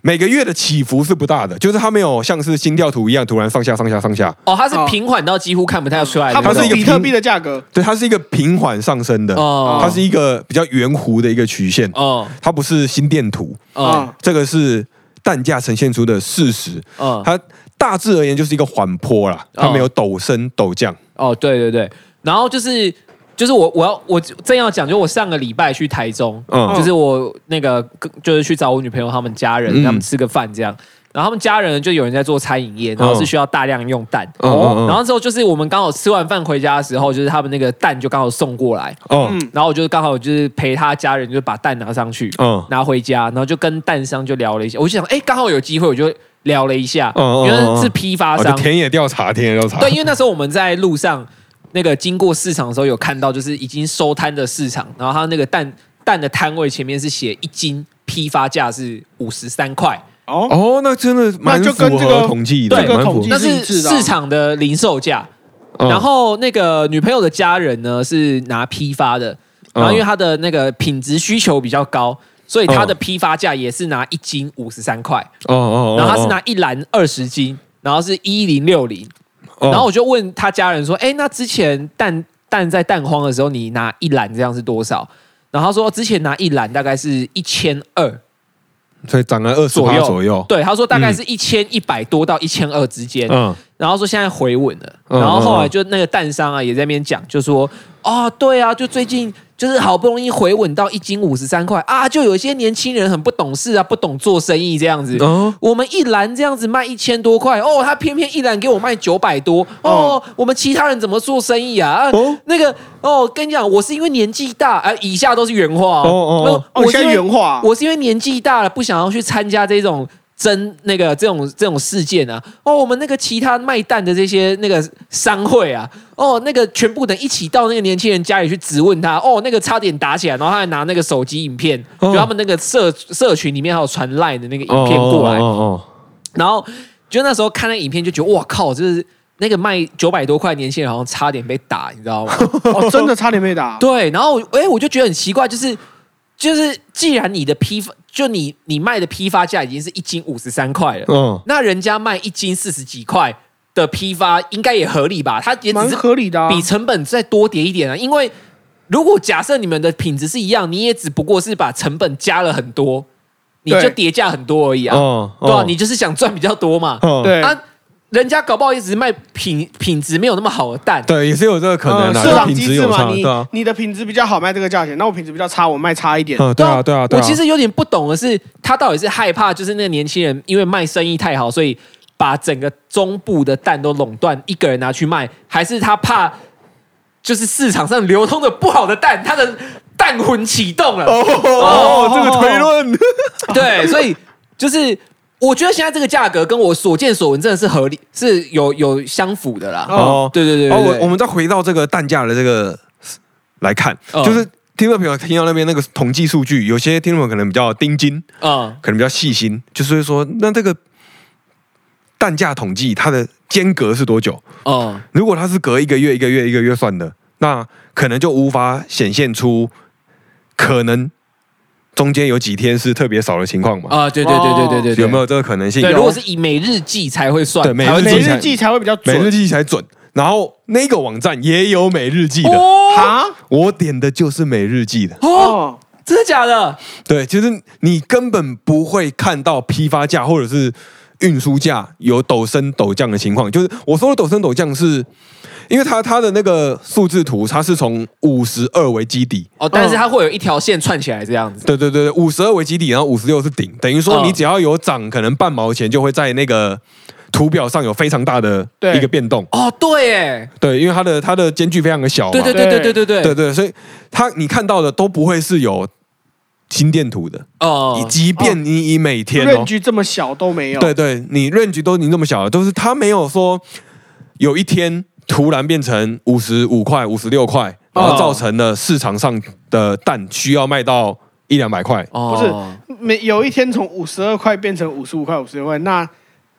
Speaker 1: 每个月的起伏是不大的，就是它没有像是心跳图一样突然上下上下上下，
Speaker 2: 哦，它是
Speaker 3: 哦
Speaker 2: 平缓到几乎看不太出来的
Speaker 3: 它
Speaker 2: 那
Speaker 3: 不
Speaker 1: 它
Speaker 2: 种，
Speaker 1: 是
Speaker 3: 是
Speaker 1: 一个
Speaker 3: 比特币的价格，
Speaker 1: 对，它是一个平缓上升的，
Speaker 3: 啊
Speaker 2: 哦
Speaker 1: 它是一个比较圆弧的一个曲线，
Speaker 2: 哦
Speaker 1: 它不是心电图。
Speaker 2: 哦
Speaker 1: 这个是蛋价呈现出的事实。
Speaker 2: 哦
Speaker 1: 它大致而言就是一个缓坡啦，它没有陡升陡降。
Speaker 2: 哦，对对对，然后就是。就是我，我要我正要讲，就我上个礼拜去台中，
Speaker 1: 嗯
Speaker 2: 就是我那个跟就是去找我女朋友他们家人，
Speaker 1: 嗯
Speaker 2: 他们吃个饭这样。然后他们家人就有人在做餐饮业，然后是需要大量用蛋。哦
Speaker 1: 嗯嗯嗯
Speaker 2: 然后之后就是我们刚好吃完饭回家的时候，就是他们那个蛋就刚好送过来，
Speaker 1: 哦，
Speaker 3: 嗯
Speaker 2: 然后我就刚好就是陪他家人，就把蛋拿上去，
Speaker 3: 哦
Speaker 1: 嗯
Speaker 2: 拿回家，然后就跟蛋商就聊了一下。我就想，哎，刚好有机会，我就聊了一下，
Speaker 1: 嗯嗯
Speaker 3: 哦
Speaker 2: 因
Speaker 1: 嗯
Speaker 2: 为是批发
Speaker 1: 我的
Speaker 2: 商，
Speaker 1: 田野调查，田野调查。
Speaker 2: 对，因为那时候我们在路上那个经过市场的时候，有看到就是已经收摊的市场，然后它那个蛋蛋的摊位前面是写一斤批发价是五十三块，
Speaker 3: 哦，
Speaker 1: 哦，那真的蛮
Speaker 3: 那就跟
Speaker 1: 符
Speaker 3: 这
Speaker 1: 合
Speaker 3: 个
Speaker 1: 统计的，
Speaker 3: 这个
Speaker 1: 蛮符合
Speaker 3: 统计
Speaker 2: 那
Speaker 3: 是一
Speaker 2: 是
Speaker 3: 致的啊
Speaker 2: 市场的零售价。
Speaker 1: 嗯
Speaker 2: 然后那个女朋友的家人呢是拿批发的，
Speaker 3: 嗯
Speaker 2: 然后因为她的那个品质需求比较高，所以
Speaker 3: 嗯
Speaker 2: 她的批发价也是拿一斤五十三块，
Speaker 1: 哦哦，
Speaker 2: 然后她是拿一篮二十斤，然后是一零六零。
Speaker 1: 哦，
Speaker 2: 然后我就问他家人说：“哎，那之前蛋蛋在蛋荒的时候，你拿一篮这样是多少？”然后他说：“之前拿一篮大概是一千二
Speaker 1: 所以涨了二十
Speaker 2: 左
Speaker 1: 趴
Speaker 2: 右，
Speaker 1: 左右。
Speaker 2: 对，他说大概是一千一百多到一千二之间。
Speaker 1: 嗯，
Speaker 2: 然后说现在回稳了，
Speaker 1: 嗯
Speaker 2: 然后后来就那个蛋商啊也在那边讲，就说哦，对啊，就最近就是好不容易回稳到一斤五十三块啊，就有一些年轻人很不懂事啊，不懂做生意这样子。
Speaker 1: 哦
Speaker 2: 我们一篮这样子卖一千多块，哦，他偏偏一篮给我卖九百多，哦，我们其他人怎么做生意啊？啊
Speaker 1: 哦
Speaker 2: 那个哦，跟你讲，我是因为年纪大，啊，以下都是原话
Speaker 1: 哦哦哦
Speaker 2: 那
Speaker 3: 哦，
Speaker 2: 我
Speaker 3: 你
Speaker 2: 是
Speaker 3: 现
Speaker 2: 因
Speaker 3: 在
Speaker 2: 为
Speaker 3: 原话，
Speaker 2: 我是因为年纪大了，不想要去参加这种争那个这种这种事件啊。哦，我们那个其他卖蛋的这些那个商会啊，哦，那个全部等一起到那个年轻人家里去质问他，哦，那个差点打起来，然后他还拿那个手机影片，
Speaker 1: 哦
Speaker 2: 就他们那个社社群里面还有传赖的那个影片过来，
Speaker 1: 哦哦
Speaker 2: 然后就那时候看那影片就觉得哇靠，就是那个卖九百多块的年轻人好像 差点被打，你知道吗？
Speaker 3: 哦，真的差点被打。
Speaker 2: 对，然后哎、诶我就觉得很奇怪，就是就是既然你的批发，就你你卖的批发价已经是一斤五十三块了，
Speaker 1: 嗯，
Speaker 2: 那人家卖一斤四十几块的批发，应该也合理吧？他也只
Speaker 3: 蛮
Speaker 2: 是
Speaker 3: 合理的、啊。
Speaker 2: 比成本再多叠一点啊，因为如果假设你们的品质是一样，你也只不过是把成本加了很多，你
Speaker 3: 对
Speaker 2: 就叠价很多而已啊，
Speaker 1: 哦
Speaker 2: 对啊
Speaker 1: 哦，
Speaker 2: 你就是想赚比较多嘛，
Speaker 1: 嗯
Speaker 3: 对
Speaker 2: 啊，人家搞不好也只是卖品品质没有那么好的蛋，
Speaker 1: 对，也是有这个可能
Speaker 3: 嗯
Speaker 1: 啦，
Speaker 3: 市
Speaker 1: 就
Speaker 3: 场
Speaker 1: 品
Speaker 3: 机
Speaker 1: 质
Speaker 3: 制
Speaker 1: 有
Speaker 3: 嘛，
Speaker 1: 差，
Speaker 3: 你
Speaker 1: 对啊，
Speaker 3: 你的品质比较好卖这个价钱，那我品质比较差，我卖差一点。
Speaker 1: 嗯，对啊，对啊，对
Speaker 2: 我
Speaker 1: 啊，
Speaker 2: 其实有点不懂的是，他到底是害怕就是那个年轻人因为卖生意太好，所以把整个中部的蛋都垄断，一个人拿去卖，还是他怕就是市场上流通的不好的蛋，他的蛋魂启动了？
Speaker 1: 哦，这个推论，
Speaker 2: 对，所以就是我觉得现在这个价格跟我所见所闻真的是合理，是有有相符的啦。
Speaker 1: 哦
Speaker 2: 对对对
Speaker 1: 哦，
Speaker 2: 对
Speaker 1: 我
Speaker 2: 对
Speaker 1: 我们再回到这个蛋价的这个来看，
Speaker 2: 嗯
Speaker 1: 就是听众朋友听到那边那个统计数据，有些听众朋友可能比较盯紧，
Speaker 2: 嗯，
Speaker 1: 可能比较细心，就是会说，那这个蛋价统计它的间隔是多久？
Speaker 2: 哦，
Speaker 1: 如果它是隔一个月、一个月、一个月算的，那可能就无法显现出可能中间有几天是特别少的情况嘛？
Speaker 2: 啊，对对对对对对对，
Speaker 1: 有没有这个可能性？
Speaker 2: 对，如果是以每日计才会算，
Speaker 1: 对每
Speaker 2: 才会
Speaker 3: 啊每
Speaker 1: 日计
Speaker 3: 日计才会比较
Speaker 1: 每
Speaker 3: 准
Speaker 1: 日记才准。然后那个网站也有每日记的，
Speaker 2: 哦
Speaker 3: 啊。
Speaker 1: 我点的就是每日记的。
Speaker 2: 哦，
Speaker 3: 哦，
Speaker 2: 真的假的？
Speaker 1: 对，就是你根本不会看到批发价或者是运输价有陡升陡降的情况。就是我说的陡升陡降是，因为它它的那个数字图，它是从五十二为基底，
Speaker 2: 哦，但是它会有一条线串起来这样子。
Speaker 1: 对对对，五十二为基底，然后五十六是顶，等于说
Speaker 2: 嗯
Speaker 1: 你只要有涨，可能半毛钱就会在那个图表上有非常大的
Speaker 3: 对
Speaker 1: 一个变动。
Speaker 2: 哦，对，哎，
Speaker 1: 对，因为它的它的间距非常的小嘛，
Speaker 2: 对对对对对对
Speaker 1: 对对，所以它你看到的都不会是有心电图的，
Speaker 2: 哦，
Speaker 1: 即便你以每天
Speaker 3: 润
Speaker 1: 哦，
Speaker 3: 局这么小都没有。
Speaker 1: 对对，你 range 都已经这么小了，都是它没有说有一天突然变成五十五块、五十六块，然后
Speaker 2: 哦
Speaker 1: 造成了市场上的蛋需要卖到一两百块。
Speaker 2: 哦，
Speaker 3: 不每有一天从五十二块变成五十五块、五十六块，那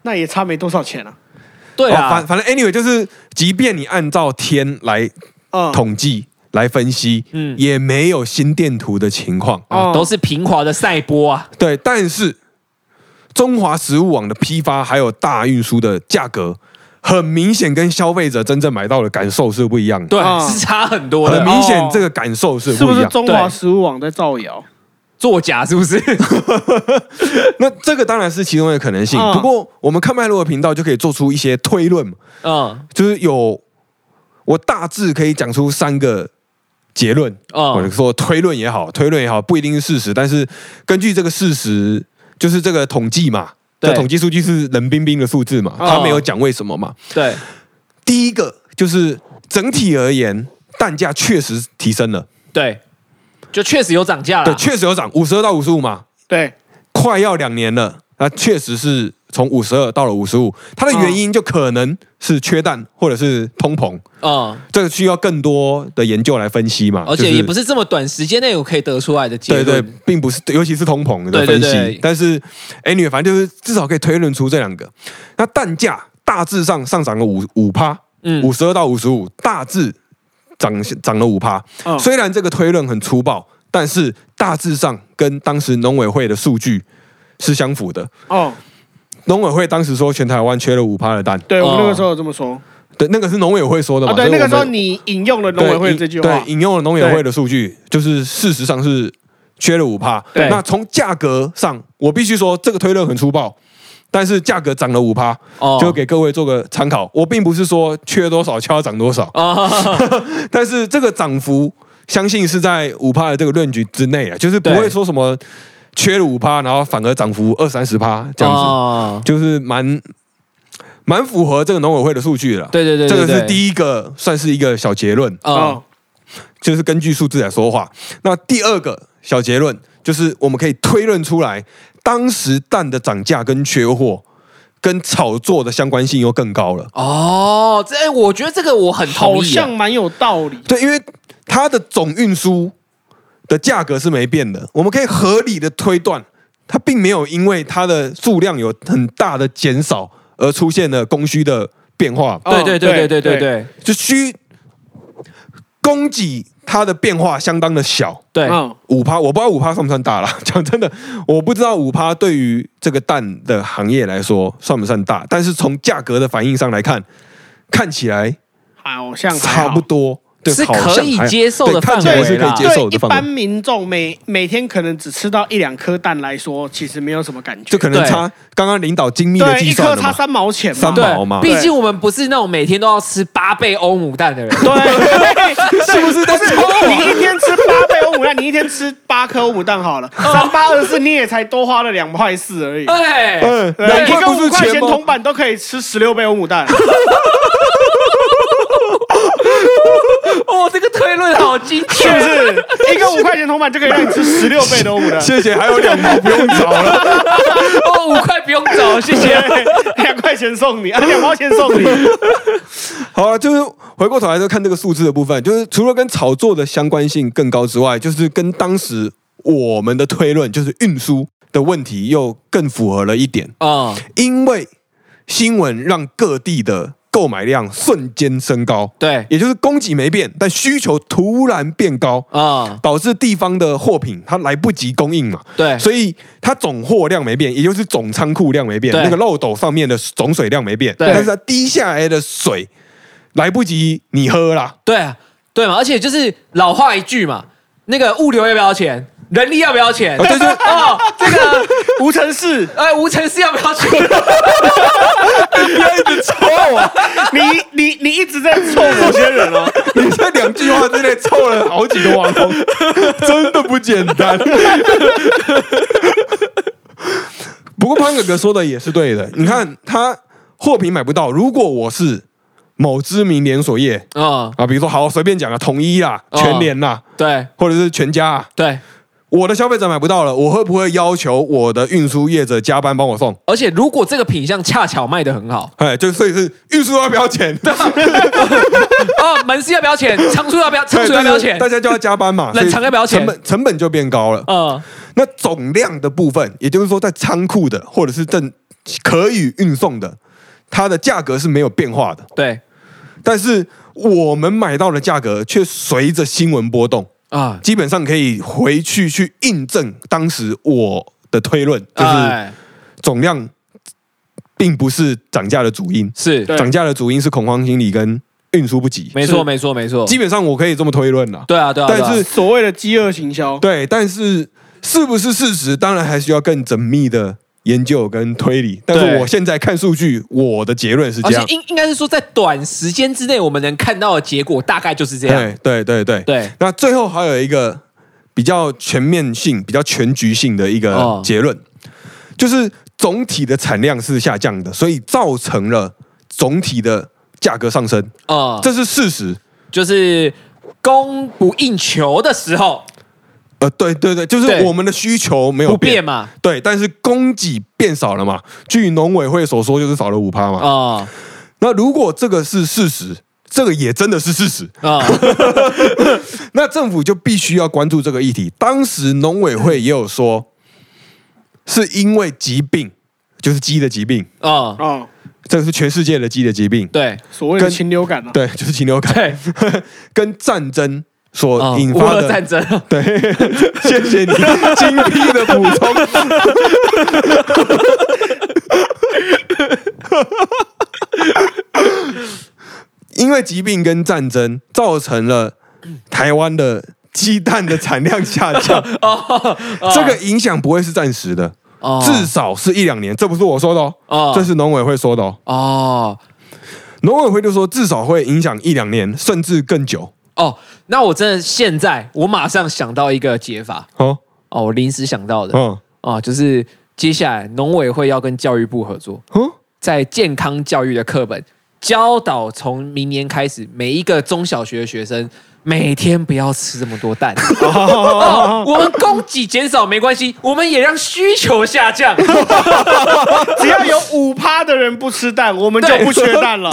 Speaker 3: 那也差没多少钱啊。
Speaker 2: 对
Speaker 1: 哦
Speaker 2: 啊
Speaker 1: 反，反正 anyway 就是，即便你按照天来
Speaker 3: 嗯，
Speaker 1: 统计、来分析，
Speaker 2: 嗯
Speaker 1: 也没有心电图的情况。
Speaker 2: 哦
Speaker 3: 哦
Speaker 2: 都是平滑的赛波啊。
Speaker 1: 对，但是中华食物网的批发还有大运输的价格，很明显跟消费者真正买到的感受是不一样的。
Speaker 2: 对，
Speaker 3: 嗯
Speaker 2: 是差很多
Speaker 1: 很
Speaker 2: 的，
Speaker 1: 明显，这个感受是
Speaker 3: 是
Speaker 1: 不
Speaker 3: 不
Speaker 1: 一
Speaker 3: 是
Speaker 1: 样。
Speaker 3: 中华食物网在造谣？
Speaker 2: 作假是 不是？
Speaker 1: 那这个当然是其中的可能性。
Speaker 3: 嗯
Speaker 1: 不过我们看麦洛的频道就可以做出一些推论嘛，
Speaker 2: 嗯
Speaker 1: 就是有我大致可以讲出三个结论，或者
Speaker 2: 嗯
Speaker 1: 说推论也好，推论也好，不一定是事实，但是根据这个事实，就是这个统计嘛，
Speaker 2: 对
Speaker 1: 这统计数据是冷冰冰的数字嘛，
Speaker 2: 哦
Speaker 1: 他没有讲为什么嘛。
Speaker 2: 对，
Speaker 1: 第一个就是整体而言，蛋价确实提升了，
Speaker 2: 对，就确实有涨价
Speaker 1: 对，
Speaker 2: 了。
Speaker 1: 确实有涨，五十二到五十五嘛，
Speaker 3: 对，
Speaker 1: 快要两年了，那确实是从五十二到了五十五，它的原因就可能是缺蛋或者是通膨，
Speaker 2: 嗯，
Speaker 1: 这个需要更多的研究来分析嘛，
Speaker 2: 而且也不
Speaker 1: 是。
Speaker 2: 是这么短时间内我可以得出来的结
Speaker 1: 对对
Speaker 2: 论。，
Speaker 1: 并不是，尤其是通膨的
Speaker 2: 对
Speaker 1: 分
Speaker 2: 对
Speaker 1: 析。
Speaker 2: 对
Speaker 1: 但是，哎，你反正就是至少可以推论出这两个。那蛋价大致上上涨了五五趴，
Speaker 2: 嗯
Speaker 1: 五十二到五十五，大致涨涨了五趴。
Speaker 3: 嗯，
Speaker 1: 虽然这个推论很粗暴，但是大致上跟当时农委会的数据是相符的。
Speaker 3: 哦，
Speaker 1: 农委会当时说全台湾缺了五趴的蛋，
Speaker 3: 对我
Speaker 2: 哦
Speaker 3: 们那个时候有这么说
Speaker 1: 对，那个是农委会说的嘛？
Speaker 3: 啊。对，
Speaker 1: 所
Speaker 3: 那
Speaker 1: 以
Speaker 3: 个时候
Speaker 1: 我们
Speaker 3: 你引用了农委会这句
Speaker 1: 对
Speaker 3: 话
Speaker 1: 引，对引用了农委会的数据，就是事实上是缺了五趴。
Speaker 2: 对
Speaker 1: 那从价格上，我必须说这个推论很粗暴。但是价格涨了五趴，
Speaker 2: 哦
Speaker 1: 就给各位做个参考。我并不是说缺多少就要涨多少，
Speaker 2: 哦，
Speaker 1: 但是这个涨幅，相信是在五趴的这个论据之内啊，就是不
Speaker 2: 对
Speaker 1: 会说什么缺了五趴，然后反而涨幅二三十趴这样子，
Speaker 2: 哦
Speaker 1: 就是蛮蛮符合这个农委会的数据了。
Speaker 2: 对对对，
Speaker 1: 这个是
Speaker 2: 一。
Speaker 1: 第一个，算是一个小结论，
Speaker 2: 嗯
Speaker 3: 哦，
Speaker 1: 就是根据数字来说话。那第二个小结论就是我们可以推论出来，当时蛋的涨价跟缺货跟炒作的相关性又更高了。
Speaker 2: 哦，这哎，我觉得这个我很同意
Speaker 3: 好
Speaker 2: 啊。
Speaker 3: 像蛮有道理。
Speaker 1: 对，因为它的总运输的价格是没变的，我们可以合理的推断，它并没有因为它的数量有很大的减少而出现了供需的变化，
Speaker 3: 哦
Speaker 2: 对对对对对对对，
Speaker 1: 就需供给。它的变化相当的小，
Speaker 2: 对，
Speaker 3: 嗯，
Speaker 1: 五趴，我不知道五趴算不算大啦。 讲真的，我不知道五趴对于这个蛋的行业来说算不算大，但是从价格的反应上来看，看起来
Speaker 3: 好像还好
Speaker 1: 差不多，对，
Speaker 2: 是
Speaker 1: 好像
Speaker 2: 可以
Speaker 1: 还好
Speaker 2: 接受
Speaker 1: 对
Speaker 2: 的
Speaker 1: 看起
Speaker 2: 范
Speaker 1: 来
Speaker 2: 围
Speaker 1: 是可以
Speaker 2: 啦
Speaker 1: 接受
Speaker 3: 对
Speaker 1: 的
Speaker 3: 一
Speaker 1: 范
Speaker 3: 般
Speaker 1: 围，
Speaker 3: 民众每每天可能只吃到一两颗蛋来说，其实没有什么感觉。
Speaker 1: 就可能
Speaker 2: 对
Speaker 1: 差刚刚领导精密的
Speaker 3: 对
Speaker 1: 计
Speaker 3: 一
Speaker 1: 算
Speaker 3: 颗
Speaker 1: 了
Speaker 3: 差
Speaker 1: 嘛，
Speaker 3: 三毛钱嘛
Speaker 1: 三，毛嘛
Speaker 2: 毕竟我们不是那种每天都要吃八倍欧姆蛋的人。
Speaker 3: 对，
Speaker 1: 是不是都是
Speaker 3: 你一天吃八倍欧姆蛋，你一天吃八颗欧姆蛋好了，
Speaker 1: 哦
Speaker 3: 三八二四你也才多花了两块四而已。
Speaker 2: 哎，
Speaker 1: 嗯，
Speaker 3: 对
Speaker 1: 难
Speaker 3: 一
Speaker 1: 怪
Speaker 3: 个
Speaker 1: 不
Speaker 3: 五
Speaker 1: 是
Speaker 3: 块钱
Speaker 1: 钱包
Speaker 3: 铜。板都可以吃十六杯欧姆蛋，
Speaker 2: 哦，这个推论好精
Speaker 3: 是不
Speaker 2: 确，
Speaker 3: 是？一个五块钱铜板就可以让你吃十六倍的欧姆蛋，
Speaker 1: 谢谢，还有两毛不用找了。
Speaker 2: 哦，五块不用走，谢谢。
Speaker 3: 对两块钱送你，啊，两毛钱送你。
Speaker 1: 好了，就是回过头来就看这个数字的部分，就是除了跟炒作的相关性更高之外，就是跟当时我们的推论，就是运输的问题又更符合了一点，
Speaker 2: 嗯，
Speaker 1: 因为新闻让各地的购买量瞬间升高，
Speaker 2: 对，
Speaker 1: 也就是供给没变，但需求突然变高。
Speaker 2: 嗯，
Speaker 1: 导致地方的货品它来不及供应嘛，
Speaker 2: 对，
Speaker 1: 所以它总货量没变，也就是总仓库量没变，
Speaker 2: 对
Speaker 1: 那个漏斗上面的总水量没变，
Speaker 2: 对
Speaker 1: 但是它滴下来的水来不及你喝 啦。
Speaker 2: 对啊，对嘛，而且就是老话一句嘛，那个物流要不要钱，人力要不要钱？
Speaker 1: 哦对对
Speaker 2: 哦，这个
Speaker 3: 无尘室，
Speaker 2: 呃，无尘室要不 要钱？
Speaker 3: 你你你一直在凑某些人哦。
Speaker 1: 你这两句话之内凑了好几个网 红，真的不简单。不过潘哥哥说的也是对的，你看他货品买不到，如果我是某知名连锁业
Speaker 2: 嗯，
Speaker 1: 啊，比如说好随便讲啊，统一啦、
Speaker 2: 哦
Speaker 1: 全联啦，
Speaker 2: 对
Speaker 1: 或者是全家、啊，
Speaker 2: 对，
Speaker 1: 我的消费者买不到了，我会不会要求我的运输业者加班帮我送？
Speaker 2: 而且如果这个品相恰巧卖的很好，
Speaker 1: 哎，就所以是运输要不要钱？对，
Speaker 2: 哦，门市要不要钱？仓促要不要？仓促要不要钱
Speaker 1: 大？家就要加班嘛，
Speaker 2: 冷藏要不要钱
Speaker 1: 所以成本成本就变高了。
Speaker 2: 嗯，
Speaker 1: 那总量的部分，也就是说在仓库的或者是正可以运送的，它的价格是没有变化的，
Speaker 2: 对
Speaker 1: 但是我们买到的价格却随着新闻波动，
Speaker 2: 啊，
Speaker 1: 基本上可以回去去印证当时我的推论，就是
Speaker 2: 哎
Speaker 1: 总量并不是涨价的主因。
Speaker 2: 是
Speaker 3: 对
Speaker 1: 涨价的主因是恐慌心理跟运输不及，
Speaker 2: 没错
Speaker 3: 是
Speaker 2: 没错没错，
Speaker 1: 基本上我可以这么推论啦。
Speaker 2: 对啊对啊，
Speaker 1: 但
Speaker 2: 对啊
Speaker 1: 是
Speaker 3: 所谓的饥饿行销，
Speaker 1: 对，但是是不是事实，当然还需要更缜密的研究跟推理。但是
Speaker 2: 对
Speaker 1: 我现在看数据，我的结论是这
Speaker 2: 啊而且
Speaker 1: 样。
Speaker 2: 应应该是说，在短时间之内，我们能看到的结果大概就是这样。
Speaker 1: 对对对对。
Speaker 2: 对，
Speaker 1: 那最后还有一个比较全面性、比较全局性的一个
Speaker 2: 哦
Speaker 1: 结论，就是总体的产量是下降的，所以造成了总体的价格上升，
Speaker 2: 啊，
Speaker 1: 这是事实。
Speaker 2: 就是供不应求的时候
Speaker 1: 呃，对对对，就是
Speaker 2: 对
Speaker 1: 我们的需求没有
Speaker 2: 不
Speaker 1: 变
Speaker 2: 变嘛，
Speaker 1: 对，但是供给变少了嘛？据农委会所说，就是少了五趴嘛。
Speaker 2: 啊
Speaker 1: 那如果这个是事实，这个也真的是事实，
Speaker 2: 啊，
Speaker 1: 那政府就必须要关注这个议题。当时农委会也有说，是因为疾病，就是鸡的疾病，
Speaker 2: 啊，
Speaker 3: 哦，
Speaker 1: 这个是全世界的鸡的疾病，
Speaker 2: 对
Speaker 3: 所谓的
Speaker 1: 跟
Speaker 3: 禽流感啊，
Speaker 1: 对，就是禽流感，
Speaker 2: 对，
Speaker 1: 跟战争所
Speaker 2: 啊
Speaker 1: 引
Speaker 2: 乌
Speaker 1: 发
Speaker 2: 俄
Speaker 1: 的。
Speaker 2: 战争，
Speaker 1: 对， 谢谢你精辟的补充。 因为疾病跟战争造成了台湾的鸡蛋的产量下 降，这个影响不会是暂时的，
Speaker 2: 哦
Speaker 1: 至少是一两年。这不是我说的哦
Speaker 2: 哦，
Speaker 1: 这是农委会说的哦。
Speaker 2: 哦
Speaker 1: 农委会就说至少会影响一两年，甚至更久。
Speaker 2: 哦，那我真的现在我马上想到一个解法
Speaker 1: 哦，
Speaker 2: 哦，我临时想到的
Speaker 1: 嗯，
Speaker 2: 啊，就是接下来农委会要跟教育部合作，
Speaker 1: 哦，
Speaker 2: 在健康教育的课本教导，从明年开始，每一个中小学的学生每天不要吃这么多蛋。哦我们供给减少没关系，我们也让需求下降。
Speaker 3: 只要有五趴的人不吃蛋，我们就不缺 蛋了。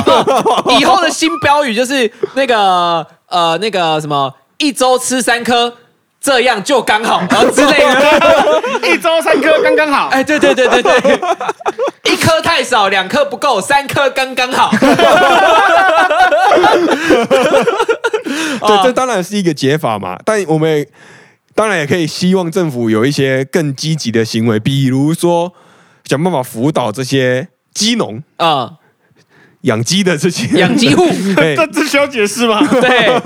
Speaker 2: 以后的新标语就是那个呃那个什么，一周吃三颗，这样就刚好，然后之类的。
Speaker 3: 一周三颗刚刚好。
Speaker 2: 哎，对对对对对，一颗太少，两颗不够，三颗刚刚好。
Speaker 1: 对，这当然是一个解法嘛，但我们也当然也可以希望政府有一些更积极的行为，比如说想办法辅导这些鸡农、
Speaker 2: 啊，
Speaker 1: 养鸡的这些人
Speaker 2: 养鸡户，
Speaker 1: 哎
Speaker 3: 这这需要 解释吗？
Speaker 2: 对，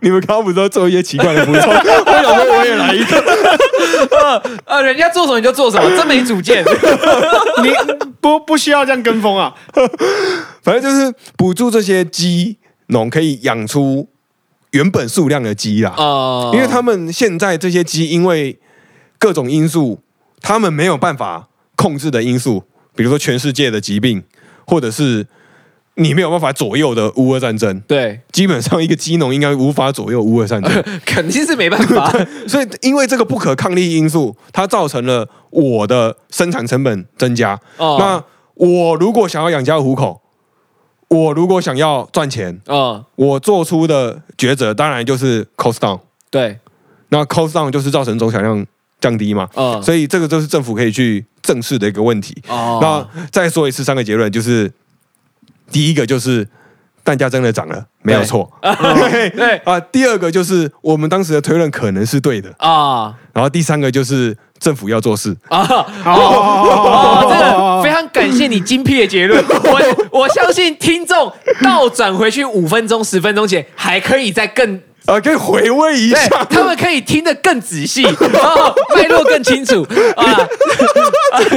Speaker 1: 你们刚刚不是都做一些奇怪的补充？我想说我也来一个，
Speaker 2: 呃，人家做什么你就做什么，真没主 见。
Speaker 3: 你不不需要这样跟风啊？
Speaker 1: 反正就是补助这些鸡农可以养出原本数量的鸡啦，
Speaker 2: 哦，
Speaker 1: 因为他们现在这些鸡因为各种因素，他们没有办法控制的因素，比如说全世界的疾病，或者是你没有办法左右的乌俄战争，
Speaker 2: 对，
Speaker 1: 基本上一个鸡农应该无法左右乌俄战 争，
Speaker 2: 肯定是没办法。
Speaker 1: 所以因为这个不可抗力因素，它造成了我的生产成本增加。
Speaker 2: 哦，
Speaker 1: 那我如果想要养家糊口，我如果想要赚钱，
Speaker 2: 哦，
Speaker 1: 我做出的抉择当然就是 cost down。
Speaker 2: 对，
Speaker 1: 那 cost down 就是造成总产量降低嘛，
Speaker 2: 哦，
Speaker 1: 所以这个就是政府可以去正视的一个问题。
Speaker 2: 哦，
Speaker 1: 那再说一次三个结论，就是第一个就是蛋价真的涨了，没有错。
Speaker 2: 对
Speaker 1: 啊，第二个就是我们当时的推论可能是对的，
Speaker 2: 啊
Speaker 1: 然后第三个就是政府要做事。
Speaker 2: 啊！哦，这个
Speaker 3: 哦，
Speaker 2: 非常感谢你精辟的结 论。我我相信听众倒转回去五分钟、十分钟前，还可以再更
Speaker 1: 啊，可以回味一
Speaker 2: 对
Speaker 1: 下，，
Speaker 2: 他们可以听得更仔细，然后脉络更清楚 啊。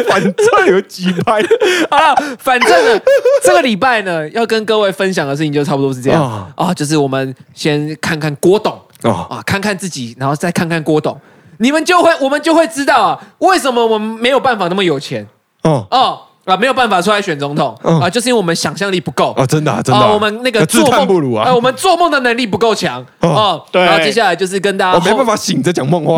Speaker 1: 反正有几拍
Speaker 2: 好了，反正呢， 这个礼拜呢，要跟各位分享的事情就差不多是这样啊
Speaker 1: 啊、
Speaker 2: 就是我们先看看郭董
Speaker 1: 哦，
Speaker 2: 啊，看看自己，然后再看看郭董，你们就会，我们就会知道啊，为什么我们没有办法那么有钱
Speaker 1: 哦
Speaker 2: 哦啊，没有办法出来选总统、
Speaker 1: 嗯
Speaker 2: 啊，就是因为我们想象力不够。
Speaker 1: 哦，真的啊真的啊，
Speaker 2: 我们那个
Speaker 1: 自
Speaker 2: 做
Speaker 1: 叹
Speaker 2: 梦
Speaker 1: 不如啊
Speaker 2: 呃，我们做梦的能力不够强
Speaker 1: 哦
Speaker 2: 哦。
Speaker 3: 对
Speaker 2: 然后接下来就是跟大家
Speaker 1: 我没办法醒着讲梦 话。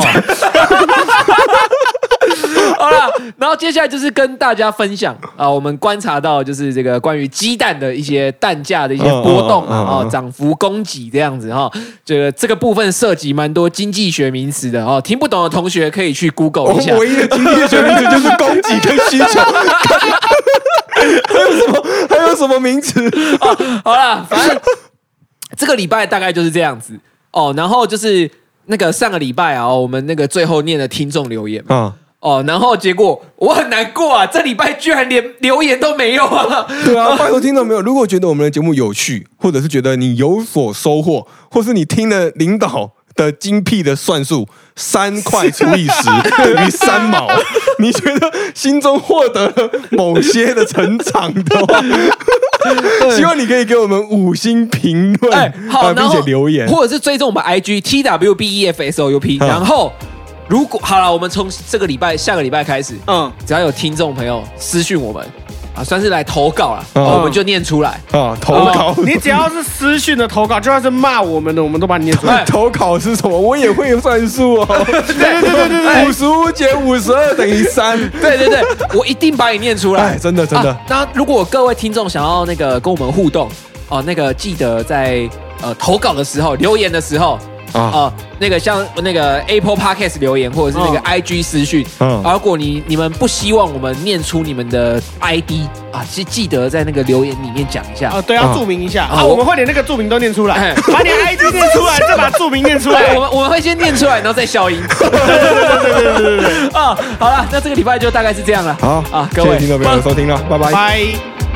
Speaker 2: 好了，然后接下来就是跟大家分享啊，我们观察到就是这个关于鸡蛋的一些蛋价的一些波动嘛，
Speaker 1: 嗯嗯嗯嗯
Speaker 2: 哦
Speaker 1: 嗯，
Speaker 2: 涨幅、供给这样子哈、这个这个部分涉及蛮多经济学名词的哦，听不懂的同学可以去 Google
Speaker 1: 哦我
Speaker 2: 一下。
Speaker 1: 唯一的经济学名词就是供给跟需 求，还有什么还有什么名词？
Speaker 2: 好了，反正这个礼拜大概就是这样子哦，然后就是那个上个礼拜啊，哦我们那个最后念的听众留言嘛
Speaker 1: 啊，
Speaker 2: 哦，然后结果我很难过啊，这礼拜居然连留言都没有啊。
Speaker 1: 对啊，拜托听到没有？如果觉得我们的节目有趣，或者是觉得你有所收获，或是你听了领导的精辟的算术，三块除以 十等于三毛，你觉得心中获得了某些的成长的话，希望你可以给我们五星评论，
Speaker 2: 哎，好，
Speaker 1: 啊
Speaker 2: 然
Speaker 1: 并
Speaker 2: 后
Speaker 1: 且留言。
Speaker 2: 或者是追踪我们 IG T W B E F S O U P，
Speaker 1: 嗯
Speaker 2: 然后如果好了，我们从这个礼拜、下个礼拜开始，
Speaker 3: 嗯，
Speaker 2: 只要有听众朋友私讯我们啊，算是来投稿了，
Speaker 1: 嗯
Speaker 2: 哦我们就念出来。
Speaker 1: 啊，投稿，
Speaker 3: 哦你只要是私讯的投稿，就算是骂我们的，我们都把你念出来。
Speaker 2: 哎
Speaker 1: 投稿是什么？我也会算数哦。对 对对对
Speaker 2: 哎
Speaker 1: 五十五减五十二等于三。
Speaker 2: 对 对对，我一定把你念出来
Speaker 1: 哎，。真的真的
Speaker 2: 啊。那如果各位听众想要那个跟我们互动哦，那个记得在呃投稿的时候、留言的时候。啊、
Speaker 1: 啊
Speaker 2: 那个像那个 Apple Podcast 留言，或者是那个
Speaker 3: 嗯
Speaker 2: IG 私讯，
Speaker 1: 嗯
Speaker 2: 啊如果你你们不希望我们念出你们的 ID 啊，记记得在那个留言里面讲一下。
Speaker 3: 啊，对，要注明一下
Speaker 2: 啊
Speaker 3: 啊，
Speaker 2: 我
Speaker 3: 我们会连那个注明都念出
Speaker 2: 哎
Speaker 3: 来，把你 ID 念出来，再把注明念出
Speaker 2: 对，
Speaker 3: 来
Speaker 2: 我。们我们会先念出来，然后再消音。 啊，好了，那这个礼拜就大概是这样了。
Speaker 1: 好
Speaker 2: 啊，各
Speaker 1: 谢谢
Speaker 2: 位
Speaker 1: 听众朋友的收听了，拜拜。
Speaker 3: 拜。